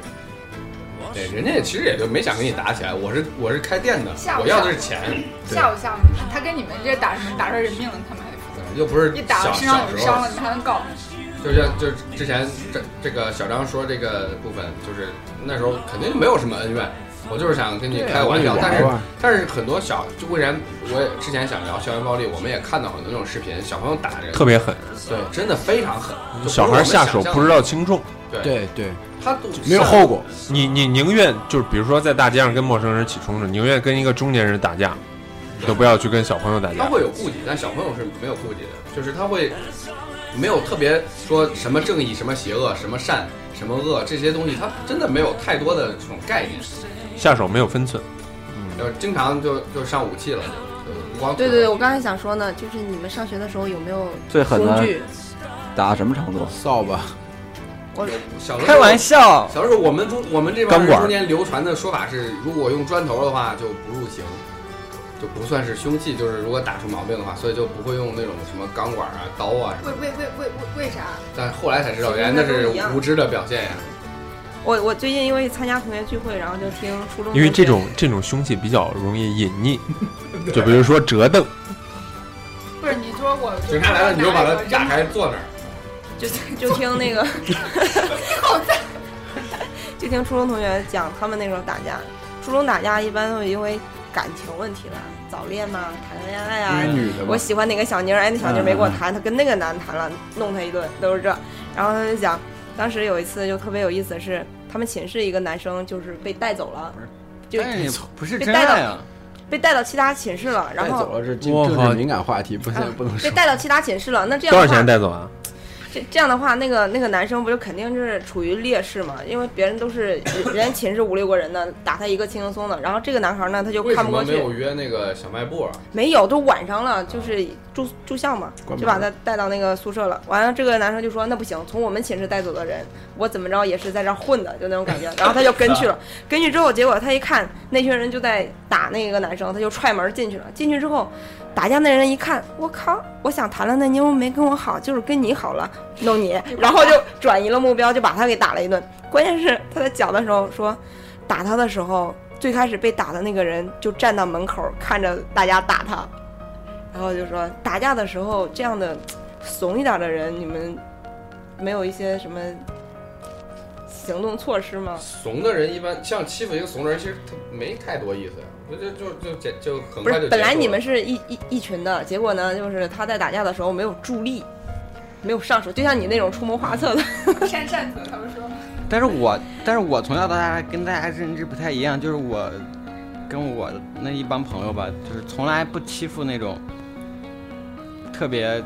Speaker 1: 对，人家也其实也就没想跟你打起来。我是我是开店的
Speaker 2: 吓，我
Speaker 1: 我要的是钱，
Speaker 2: 吓唬吓唬你们，他跟你们这打什么打出人命了，他们还得负责。
Speaker 1: 又不是
Speaker 2: 一打
Speaker 1: 小
Speaker 2: 到身上
Speaker 1: 小
Speaker 2: 有
Speaker 1: 时
Speaker 2: 伤
Speaker 1: 候
Speaker 2: 了，，你们还能告？
Speaker 1: 就像就是之前这这个小张说这个部分，就是那时候肯定没有什么恩怨，我就是想跟你开个玩笑，但是但是很多小就为然，我也之前想聊校园暴力，我们也看到很多那种视频，小朋友打人，
Speaker 4: 特别狠，
Speaker 1: 对，真的非常狠，就不是
Speaker 4: 小
Speaker 1: 我
Speaker 4: 孩
Speaker 1: 们
Speaker 4: 下
Speaker 1: 想
Speaker 4: 手
Speaker 1: 象
Speaker 4: 不知道轻重。
Speaker 1: 的，对，
Speaker 7: 对对，
Speaker 1: 他都
Speaker 7: 没有后果。
Speaker 4: 你你宁愿就是比如说在大街上跟陌生人起冲突，宁愿跟一个中年人打架，都不要去跟小朋友打
Speaker 1: 他
Speaker 4: 架。
Speaker 1: 会有顾忌，但小朋友是没有顾忌的，就是他会没有特别说什么正义、什么邪恶、什么善、什么恶这些东西，他真的没有太多的这种概念，
Speaker 4: 下手没有分寸，
Speaker 1: 就是经常就就上武器了，就就光
Speaker 3: 对对对，我刚才想说呢，就是你们上学的时候有没有
Speaker 5: 最狠
Speaker 3: 工
Speaker 5: 的
Speaker 3: 具？
Speaker 5: 打到什么程度？
Speaker 7: 扫把，
Speaker 3: 我
Speaker 1: 小的时
Speaker 6: 开
Speaker 1: 候
Speaker 6: 玩笑，
Speaker 1: 小时候我们中我们这帮
Speaker 4: 钢
Speaker 1: 人
Speaker 4: 管
Speaker 1: 中间流传的说法是，如果用砖头的话就不入刑，就不算是凶器，就是如果打出毛病的话，所以就不会用那种什么钢管啊、刀啊什么
Speaker 2: 为为为为为为啥？
Speaker 1: 但后来才知道，
Speaker 3: 是
Speaker 1: 原来那是无知的表现呀、
Speaker 3: 我我最近因为参加同学聚会，然后就听初中同学，
Speaker 4: 因为这种这种凶器比较容易隐匿，就比如说折凳，
Speaker 2: 不是你说我
Speaker 1: 警察来了，你就把它
Speaker 2: 打
Speaker 1: 打开坐那儿，
Speaker 3: 就就听那 个，就听初中同学讲他们那时候打架，初中打架一般都是因为感情问题吧，早恋嘛，谈恋爱啊，
Speaker 4: 嗯
Speaker 7: 女的
Speaker 3: 我
Speaker 7: 嘛，
Speaker 3: 喜欢哪个小妞儿，哎，那小妞儿没跟我
Speaker 5: 嗯嗯嗯
Speaker 3: 谈，她跟那个男谈了，弄她一顿，都是这。然后他就讲，当时有一次就特别有意思的是，他们寝室一个男生就是被带走了，就
Speaker 6: 但是也不是
Speaker 3: 被
Speaker 6: 真
Speaker 3: 带到
Speaker 6: 爱啊，
Speaker 3: 被带到其他寝室了，然
Speaker 7: 带
Speaker 3: 后嗯
Speaker 7: 走了这这
Speaker 4: 我
Speaker 7: 政
Speaker 4: 靠
Speaker 7: 治敏感话题，不能不能
Speaker 3: 被
Speaker 7: 说。
Speaker 3: 带到其他寝室了。那这样
Speaker 4: 多
Speaker 3: 的
Speaker 4: 少
Speaker 3: 话，
Speaker 4: 钱带走啊？
Speaker 3: 这这样的话，那个那个男生不就肯定是处于劣势嘛？因为别人都是人人家寝室五六个人呢，打他一个轻轻松的。然后这个男孩呢，他就
Speaker 1: 为
Speaker 3: 看
Speaker 1: 什
Speaker 3: 不
Speaker 1: 么
Speaker 3: 过
Speaker 1: 没
Speaker 3: 去
Speaker 1: 有，约那个小卖部啊？
Speaker 3: 没有，都晚上了，就是住住校嘛，
Speaker 7: 关门
Speaker 3: 就把他带到那个宿舍了。完了，这个男生就说：“那不行，从我们寝室带走的人，我怎么着也是在这儿混的，就那种感觉。”然后他就跟去 了，跟去之后，结果他一看那群人就在打那个男生，他就踹门进去了。进去之后，打架那人一看，我靠，我想谈了那妞没跟我好，就是跟你好了，弄你，然后就转移了目标，就把他给打了一顿。关键是他在讲的时候说，打他的时候。最开始被打的那个人就站到门口看着大家打他，然后就说打架的时候这样的怂一点的人，你们没有一些什么行动措施吗？
Speaker 1: 怂的人一般像欺负一个怂的人，其实他没太多意思呀，就就就就结就很
Speaker 3: 不
Speaker 1: 快
Speaker 3: 是
Speaker 1: 就结束了。，
Speaker 3: 本来你们是一一一群的，结果呢，就是他在打架的时候没有助力，没有上手，就像你那种出谋划策的。
Speaker 2: 扇扇子，他们说
Speaker 6: 但是我但是我从小到大跟大家认知不太一样，就是我跟我那一帮朋友吧，就是从来不欺负那种特别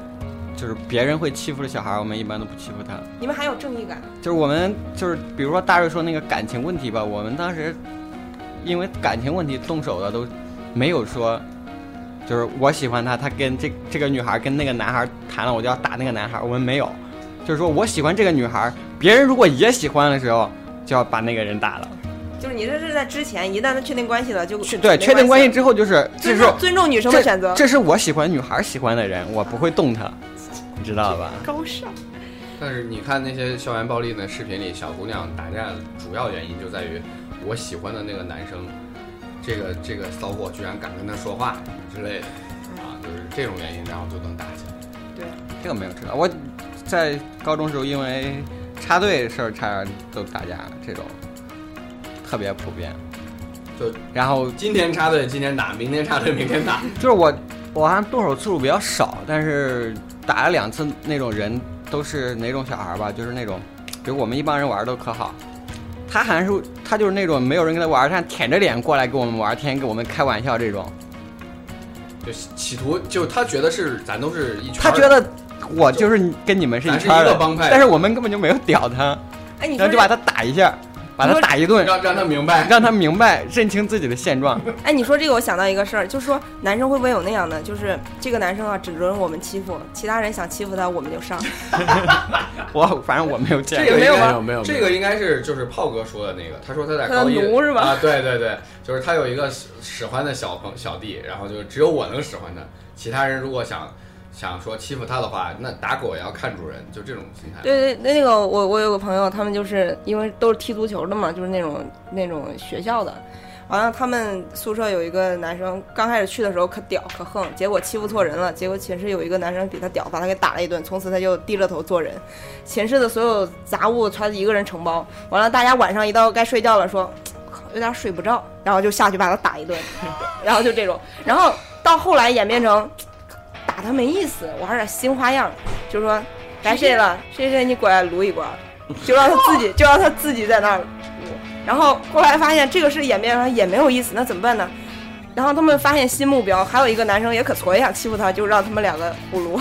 Speaker 6: 就是别人会欺负的小孩儿，我们一般都不欺负他。
Speaker 3: 你们还有正义感，
Speaker 6: 就是我们就是比如说大瑞说那个感情问题吧，我们当时因为感情问题动手的都没有说，就是我喜欢他，他跟这这个女孩跟那个男孩谈了，我就要打那个男孩，我们没有，就是说我喜欢这个女孩，别人如果也喜欢的时候，就要把那个人打了。
Speaker 3: 就是你这是在之前，一旦他确定关系了，就
Speaker 6: 去对，确定关系之后就是
Speaker 3: 就
Speaker 6: 这
Speaker 3: 是是尊重女生的选择
Speaker 6: 这，这是我喜欢女孩喜欢的人，我不会动她，你知道吧？
Speaker 3: 高尚。
Speaker 1: 但是你看那些校园暴力的视频里，小姑娘打架的主要原因就在于我喜欢的那个男生，这个这个骚货居然敢跟他说话之类的啊，就是这种原因，然后就能打起来。
Speaker 6: 这个没有知道。我在高中时候因为插队的事儿差点都打架，这种特别普遍。
Speaker 1: 就
Speaker 6: 然后
Speaker 1: 今天插队今天打，明天插队明天打，
Speaker 6: 就是我，我好像动手次数比较少，但是打了两次那种人都是哪种小孩儿吧，就是那种，比如我们一帮人玩儿都可好，他好像是他就是那种没有人跟他玩儿，但舔着脸过来跟我们玩儿，天天跟我们开玩笑这种。
Speaker 1: 就企图就他觉得是咱都是一圈儿，
Speaker 6: 他觉得我就是跟你们是一
Speaker 1: 咱是
Speaker 6: 圈儿
Speaker 1: 一个
Speaker 6: 的，
Speaker 1: 帮派的，
Speaker 6: 但是我们根本就没有屌他，
Speaker 3: 哎，你说
Speaker 6: 然后就把他打一下，把他打一顿，
Speaker 1: 让让他明白，
Speaker 6: 让他明白认清自己的现状。
Speaker 3: 哎，你说这个，我想到一个事儿，就是说男生会不会有那样的，就是这个男生啊，只轮我们欺负，其他人想欺负他，我们就上。
Speaker 6: 我反正我没有见
Speaker 1: 这
Speaker 6: 过
Speaker 1: 个，
Speaker 3: 没有
Speaker 1: 应该
Speaker 3: 吗
Speaker 7: 没有啊
Speaker 1: 这个应该是就是炮哥说的那个，他说他在
Speaker 3: 他的
Speaker 1: 高一
Speaker 3: 奴是吧
Speaker 1: 啊，对对对，就是他有一个使使唤的小朋小弟，然后就只有我能使唤他，其他人如果想想说欺负他的话，那打狗也要看主人，就这种心态。
Speaker 3: 对对，那个我我有个朋友，他们就是因为都是踢足球的嘛，就是那种那种学校的。完了，他们宿舍有一个男生，刚开始去的时候可屌可横，结果欺负错人了。结果寝室有一个男生比他屌，把他给打了一顿，从此他就低着头做人。寝室的所有杂物他一个人承包。完了，大家晚上一到该睡觉了，说靠有点睡不着，然后就下去把他打一顿，然后就这种。然后到后来演变成打他没意思，玩点新花样，就说该谁了，谁谁你过来撸 一管，就让他自己，就让他自己在那儿撸。然后后来发现这个事演变成也没有意思，那怎么办呢？然后他们发现新目标，还有一个男生也可挫，也想欺负他，就让他们两个互撸。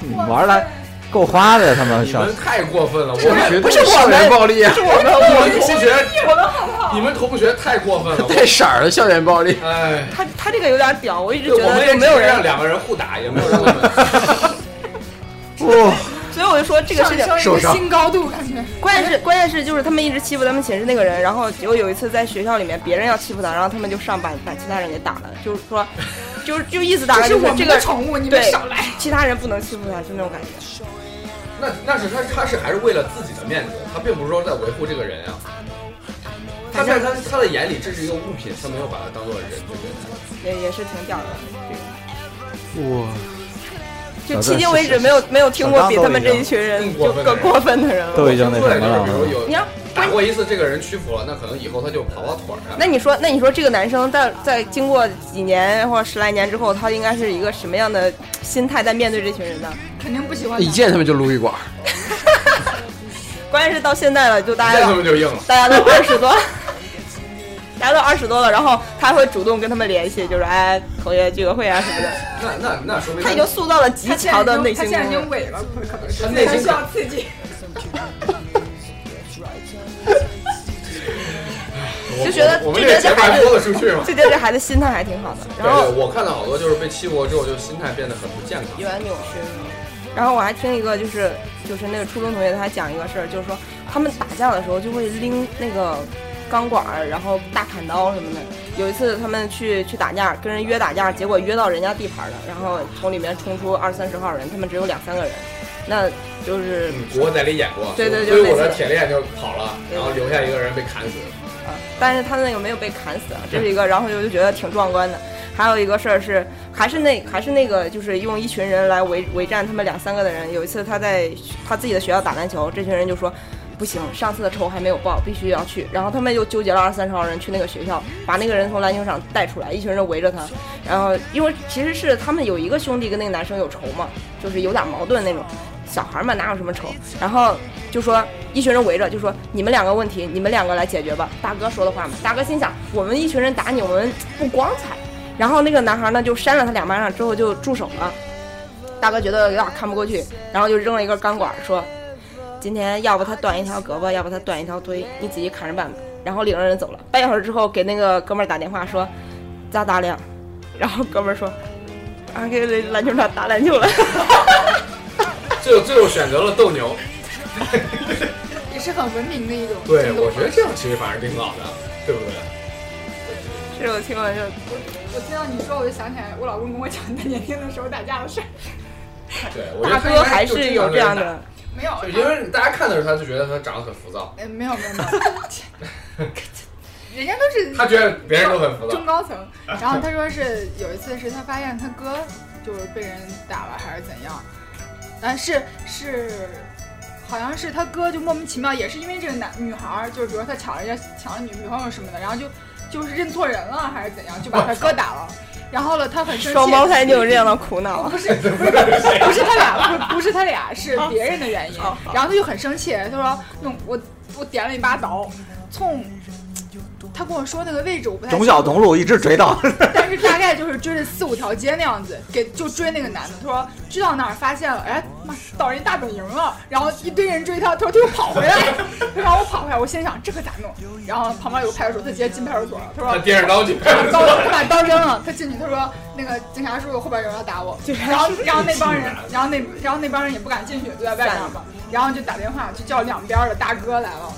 Speaker 5: 你玩的够花的呀，他们
Speaker 1: 你
Speaker 5: 小
Speaker 1: 们太过分了，我
Speaker 7: 我
Speaker 1: 们
Speaker 7: 觉
Speaker 3: 不
Speaker 7: 得
Speaker 3: 是我
Speaker 7: 校
Speaker 3: 们
Speaker 7: 园暴力啊，
Speaker 3: 是我们，
Speaker 1: 我
Speaker 3: 我
Speaker 1: 们
Speaker 3: 们
Speaker 1: 同学，
Speaker 3: 我们好不好？
Speaker 1: 你们同学太过分了，
Speaker 7: 带色儿的校园暴力。
Speaker 1: 哎，
Speaker 3: 他他这个有点屌，我一直
Speaker 1: 对
Speaker 3: 觉
Speaker 1: 我们
Speaker 3: 得
Speaker 1: 也
Speaker 3: 就
Speaker 1: 只
Speaker 3: 没有
Speaker 1: 是
Speaker 3: 人
Speaker 1: 让，两个人互打，也没 有人问问。
Speaker 3: 所以我就说这个事情
Speaker 2: 上升
Speaker 7: 受
Speaker 2: 一个
Speaker 7: 伤
Speaker 2: 新高度，感觉
Speaker 3: 关键是关键是就是他们一直欺负他们寝室那个人，然后结果有一次在学校里面别人要欺负他，然后他们就上把把其他人给打了，就是 说，就是就意思大
Speaker 2: 这是
Speaker 3: 概就
Speaker 2: 我们
Speaker 3: 这个
Speaker 2: 的宠物，你们
Speaker 3: 对
Speaker 2: 少来。
Speaker 3: 其他人不能欺负他，就那种感觉。
Speaker 1: 那那是他他是还是为了自己的面子，他并不是说在维护这个人啊。他在他他的眼里，这是一个物品，他没有把它当做人去对待。
Speaker 3: 也也是挺屌的。
Speaker 7: 哇，
Speaker 3: 就迄今为止没有没有听过比他们这一群人就更过分的人了。
Speaker 5: 都已经那
Speaker 1: 出来
Speaker 5: 什么
Speaker 1: 就是比如
Speaker 5: 了。
Speaker 1: 有
Speaker 3: 你要
Speaker 1: 打过一次，这个人屈服了，那可能以后他就跑跑腿儿啊。
Speaker 3: 那你说，那你说这个男生在在经过几年或者十来年之后，他应该是一个什么样的心态在面对这群人呢？
Speaker 2: 肯定不喜欢
Speaker 7: 一
Speaker 2: 男
Speaker 7: 见他们就撸一管儿，
Speaker 3: 关键是到现在了，就大
Speaker 1: 见
Speaker 3: 家
Speaker 1: 他们就硬了。
Speaker 3: 大家都二十多， 大家都二十多了，然后他会主动跟他们联系，就是哎，同学聚个会啊什么的。
Speaker 1: 那那那说明
Speaker 3: 他已经塑造了极
Speaker 2: 他现在
Speaker 3: 强的
Speaker 2: 已经
Speaker 3: 内心
Speaker 2: 他现在已
Speaker 3: 功
Speaker 2: 经
Speaker 3: 能。
Speaker 2: 萎了，可能是
Speaker 1: 他内
Speaker 2: 他
Speaker 1: 心
Speaker 2: 需要刺激。
Speaker 1: 我
Speaker 3: 就觉得
Speaker 1: 我们
Speaker 3: 就
Speaker 1: 这
Speaker 3: 觉
Speaker 1: 个节目
Speaker 3: 得这孩
Speaker 1: 还
Speaker 3: 子
Speaker 1: 播得出 去吗？
Speaker 3: 就觉得这孩子心态还挺好的，然后
Speaker 1: 对对，我看到好多就是被欺负过之后，就心态变得很不健康。
Speaker 3: 原扭曲。然后我还听一个，就是就是那个初中同学他还讲一个事儿，就是说他们打架的时候就会拎那个钢管儿，然后大砍刀什么的。有一次他们去去打架，跟人约打架，结果约到人家地盘儿了，然后从里面冲出二三十号人，他们只有两三个人，那就是
Speaker 1: 嗯，我在里演过，
Speaker 3: 对对
Speaker 1: 所
Speaker 3: 就
Speaker 1: 以我
Speaker 3: 类
Speaker 1: 的
Speaker 3: 似
Speaker 1: 铁链就跑了，
Speaker 3: 对
Speaker 1: 然后留下一个人被砍死。
Speaker 3: 啊，但是他那个没有被砍死啊，这是一个，然后我就觉得挺壮观的。还有一个事儿是，还是那还是那个，就是用一群人来围围战他们两三个的人。有一次他在他自己的学校打篮球，这群人就说。不行，上次的仇还没有报，必须要去。然后他们又纠结了二三十号人去那个学校，把那个人从篮球场带出来，一群人围着他。然后因为其实是他们有一个兄弟跟那个男生有仇嘛，就是有点矛盾那种。小孩嘛，哪有什么仇？然后就说一群人围着，就说你们两个问题，你们两个来解决吧。大哥说的话嘛，大哥心想，我们一群人打你，我们不光彩。然后那个男孩呢，就扇了他两巴掌之后就住手了。大哥觉得有点看不过去，然后就扔了一根钢管，说：“今天要不他断一条胳膊，要不他断一条腿，你自己看着办吧。”然后领着人走了。半小时之后，给那个哥们儿打电话说：“咋打了？”然后哥们儿说：“啊，给篮球场打篮球了。”
Speaker 1: 最后最后选择了斗牛。
Speaker 2: 也是很文明的一种。
Speaker 1: 对，我觉得这样其实反而挺好的，对不对？
Speaker 3: 这我听了就
Speaker 2: 我听到你说，我就想起来我老公跟我讲他年轻的时候打架的事儿。
Speaker 1: 对，我觉得
Speaker 3: 大
Speaker 1: 他
Speaker 3: 哥
Speaker 1: 应该
Speaker 3: 还
Speaker 1: 就是
Speaker 3: 有这样的，
Speaker 2: 没有，
Speaker 1: 就因为大家看的时候，他就觉得他长得很浮躁，
Speaker 2: 呃没有没有没有，人家都是
Speaker 1: 他觉得别人都很浮躁
Speaker 2: 中。高层。然后他说是有一次是他发现他哥就是被人打了还是怎样，但是是好像是他哥就莫名其妙也是因为这个男女孩儿，就是比如说他抢了人家抢了女女朋友什么的，然后就就是认错人了还是怎样，就把他哥打了。然后呢，他很生气。
Speaker 3: 双胞胎就有这样的苦恼。
Speaker 2: 不是不是不是他俩，不不是他俩，是
Speaker 3: 哦
Speaker 2: 别人的原因。然后他就很生气，他说：“弄我我点了一把刀，冲。”他跟我说那个位置我不太
Speaker 5: 总
Speaker 2: 清
Speaker 5: 小
Speaker 2: 楚，
Speaker 5: 东路一直追到，
Speaker 2: 但是大概就是追了四五条街那样子，给就追那个男的。他说追到那儿发现了，哎妈，到人大本营了，然后一堆人追他，他说他又跑回来， 他让我跑回来，我心想这可咋弄？然后旁边有个派出所，他直接进派出所了。他说
Speaker 1: 他掂着刀去，
Speaker 2: 他 把刀，他把刀扔了，他进去，他说那个警察叔叔后边有人要打我，然 后然后那帮人，然后那然后那帮人也不敢进去，就在外面嘛，然后就打电话就叫两边的大哥来了。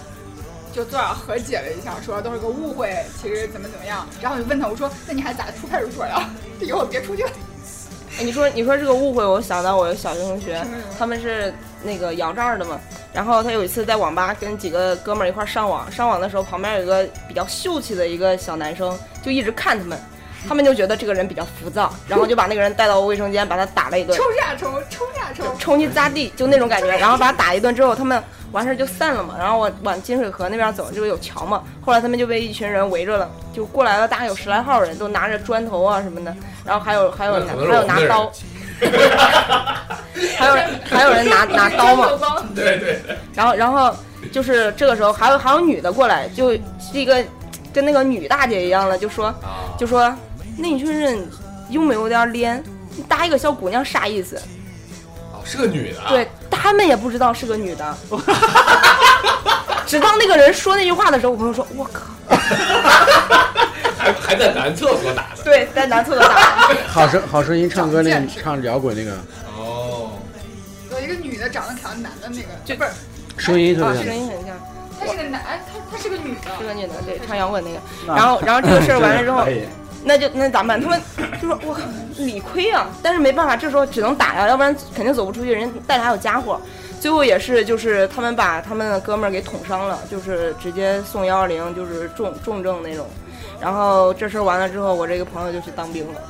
Speaker 2: 就多少和解了一下，说都是个误会，其实怎么怎么样。然后我就问他，我说那你还咋出派出所呀？以后别出去了。
Speaker 3: 哎你说你说这个误会，我想到我有小学同学， 他们是那个摇账的嘛。然后他有一次在网吧跟几个哥们儿一块儿上网，上网的时候旁边有一个比较秀气的一个小男生，就一直看他们，他们就觉得这个人比较浮躁，然后就把那个人带到卫生间，把他打了一顿
Speaker 2: 抽。啥抽？抽啥抽？
Speaker 3: 冲击扎地，就那种感觉。然后把他打一顿之后，他们完事儿就散了嘛。然后我往金水河那边走，就是有桥嘛。后来他们就被一群人围着了，就过来了，大概有十来号人，都拿着砖头啊什么的。然后还有还有
Speaker 1: 那可能是
Speaker 3: 还有
Speaker 1: 我们
Speaker 3: 拿
Speaker 1: 的
Speaker 3: 刀，还有还有人拿拿 刀嘛。
Speaker 1: 对对，
Speaker 3: 然后然后就是这个时候还有还有女的过来，就是一个跟那个女大姐一样的，就说
Speaker 1: 啊，
Speaker 3: 就说那一群人有没有点儿脸？你打一个小姑娘啥意思？
Speaker 1: 哦是个女的，
Speaker 3: 对，他们也不知道是个女的。直到那个人说那句话的时候，我朋友说：“我靠
Speaker 1: 还还在男厕所打！”的。
Speaker 3: 对，在男厕所打。
Speaker 7: 好声好声音唱歌那
Speaker 2: 长
Speaker 7: 个
Speaker 2: 见识
Speaker 7: 唱摇滚那个
Speaker 1: 哦，
Speaker 2: 有一个女的长得挺像男的那个，
Speaker 3: 就
Speaker 2: 不是，
Speaker 7: 声音特
Speaker 3: 啊，
Speaker 7: 别
Speaker 3: 声
Speaker 7: 像，
Speaker 3: 音很像，
Speaker 2: 她是个男，哎她她是个女的
Speaker 3: 是。个女的，对，唱摇滚那个。然后，然后这个事儿完了之后，那就那咋办？他们就说：“我靠，理亏啊！”但是没办法，这时候只能打呀，要不然肯定走不出去。人家带着还有家伙，最后也是就是他们把他们的哥们儿给捅伤了，就是直接送幺二零，就是重重症那种。然后这事儿完了之后，我这个朋友就去当兵了。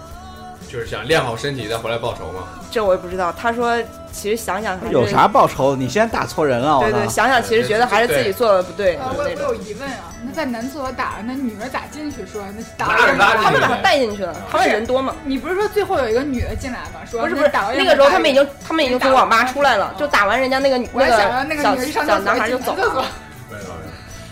Speaker 1: 就是想练好身体再回来报仇嘛。
Speaker 3: 这我也不知道，他说其实想想还是
Speaker 5: 有啥报仇？你先打错人了，我
Speaker 3: 对对，
Speaker 5: 操
Speaker 3: 想想其实觉得还是自己做的不对
Speaker 2: 啊，我
Speaker 3: 那
Speaker 2: 我
Speaker 3: 种。
Speaker 2: 有疑问啊，那在男厕所打了，那女儿咋进去说那打
Speaker 1: 拉着拉着
Speaker 3: 他们
Speaker 1: 你
Speaker 3: 把他带进去了，他们人多嘛？
Speaker 2: 你不是说最后有一个女的进来吗？说
Speaker 3: 不是不是，
Speaker 2: 打完
Speaker 3: 那个时候他们已经他们已经从网吧出来了，就打完人家那个女
Speaker 2: 我还想让那个
Speaker 3: 个小
Speaker 2: 女的上
Speaker 3: 小
Speaker 2: 厕
Speaker 3: 男
Speaker 2: 所
Speaker 3: 孩就
Speaker 2: 进
Speaker 3: 走
Speaker 2: 男厕所
Speaker 3: 了。，
Speaker 1: 没有没有。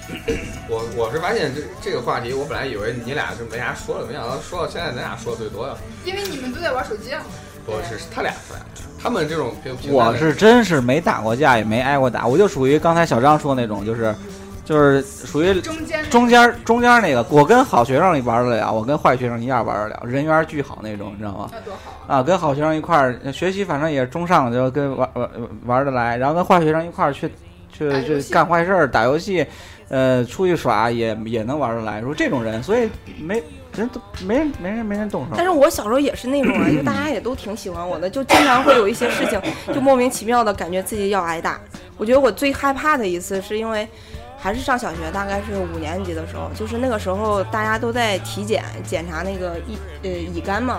Speaker 1: 我我是发现这这个话题，我本来以为你俩就没啥说的，没想到说到现在咱俩说的最多呀。
Speaker 2: 因为你们都在玩手机啊。
Speaker 1: 不是是他俩说呀，他们这种平平淡
Speaker 5: 我
Speaker 1: 的
Speaker 5: 是真是没打过架，也没挨过打，我就属于刚才小张说那种，就是就是属于
Speaker 2: 中间
Speaker 5: 中间中间那个，我跟好学生玩得了，我跟坏学生一样玩得了，人缘巨好那种，你知道吗？
Speaker 2: 那多好啊！
Speaker 5: 啊，跟好学生一块儿呃学习，反正也是中上，就跟玩玩玩得来，然后跟坏学生一块儿去去
Speaker 2: 打游
Speaker 5: 去
Speaker 2: 戏
Speaker 5: 干坏事儿、打游戏，呃，出去耍也也能玩得来。说这种人，所以没人都没人没人没人动手
Speaker 3: 但。是我小时候也是那种啊，就大家也都挺喜欢我的，就经常会有一些事情，就莫名其妙的感觉自己要挨打。我觉得我最害怕的一次是因为。还是上小学，大概是五年级的时候，就是那个时候大家都在体检检查那个乙呃乙肝嘛，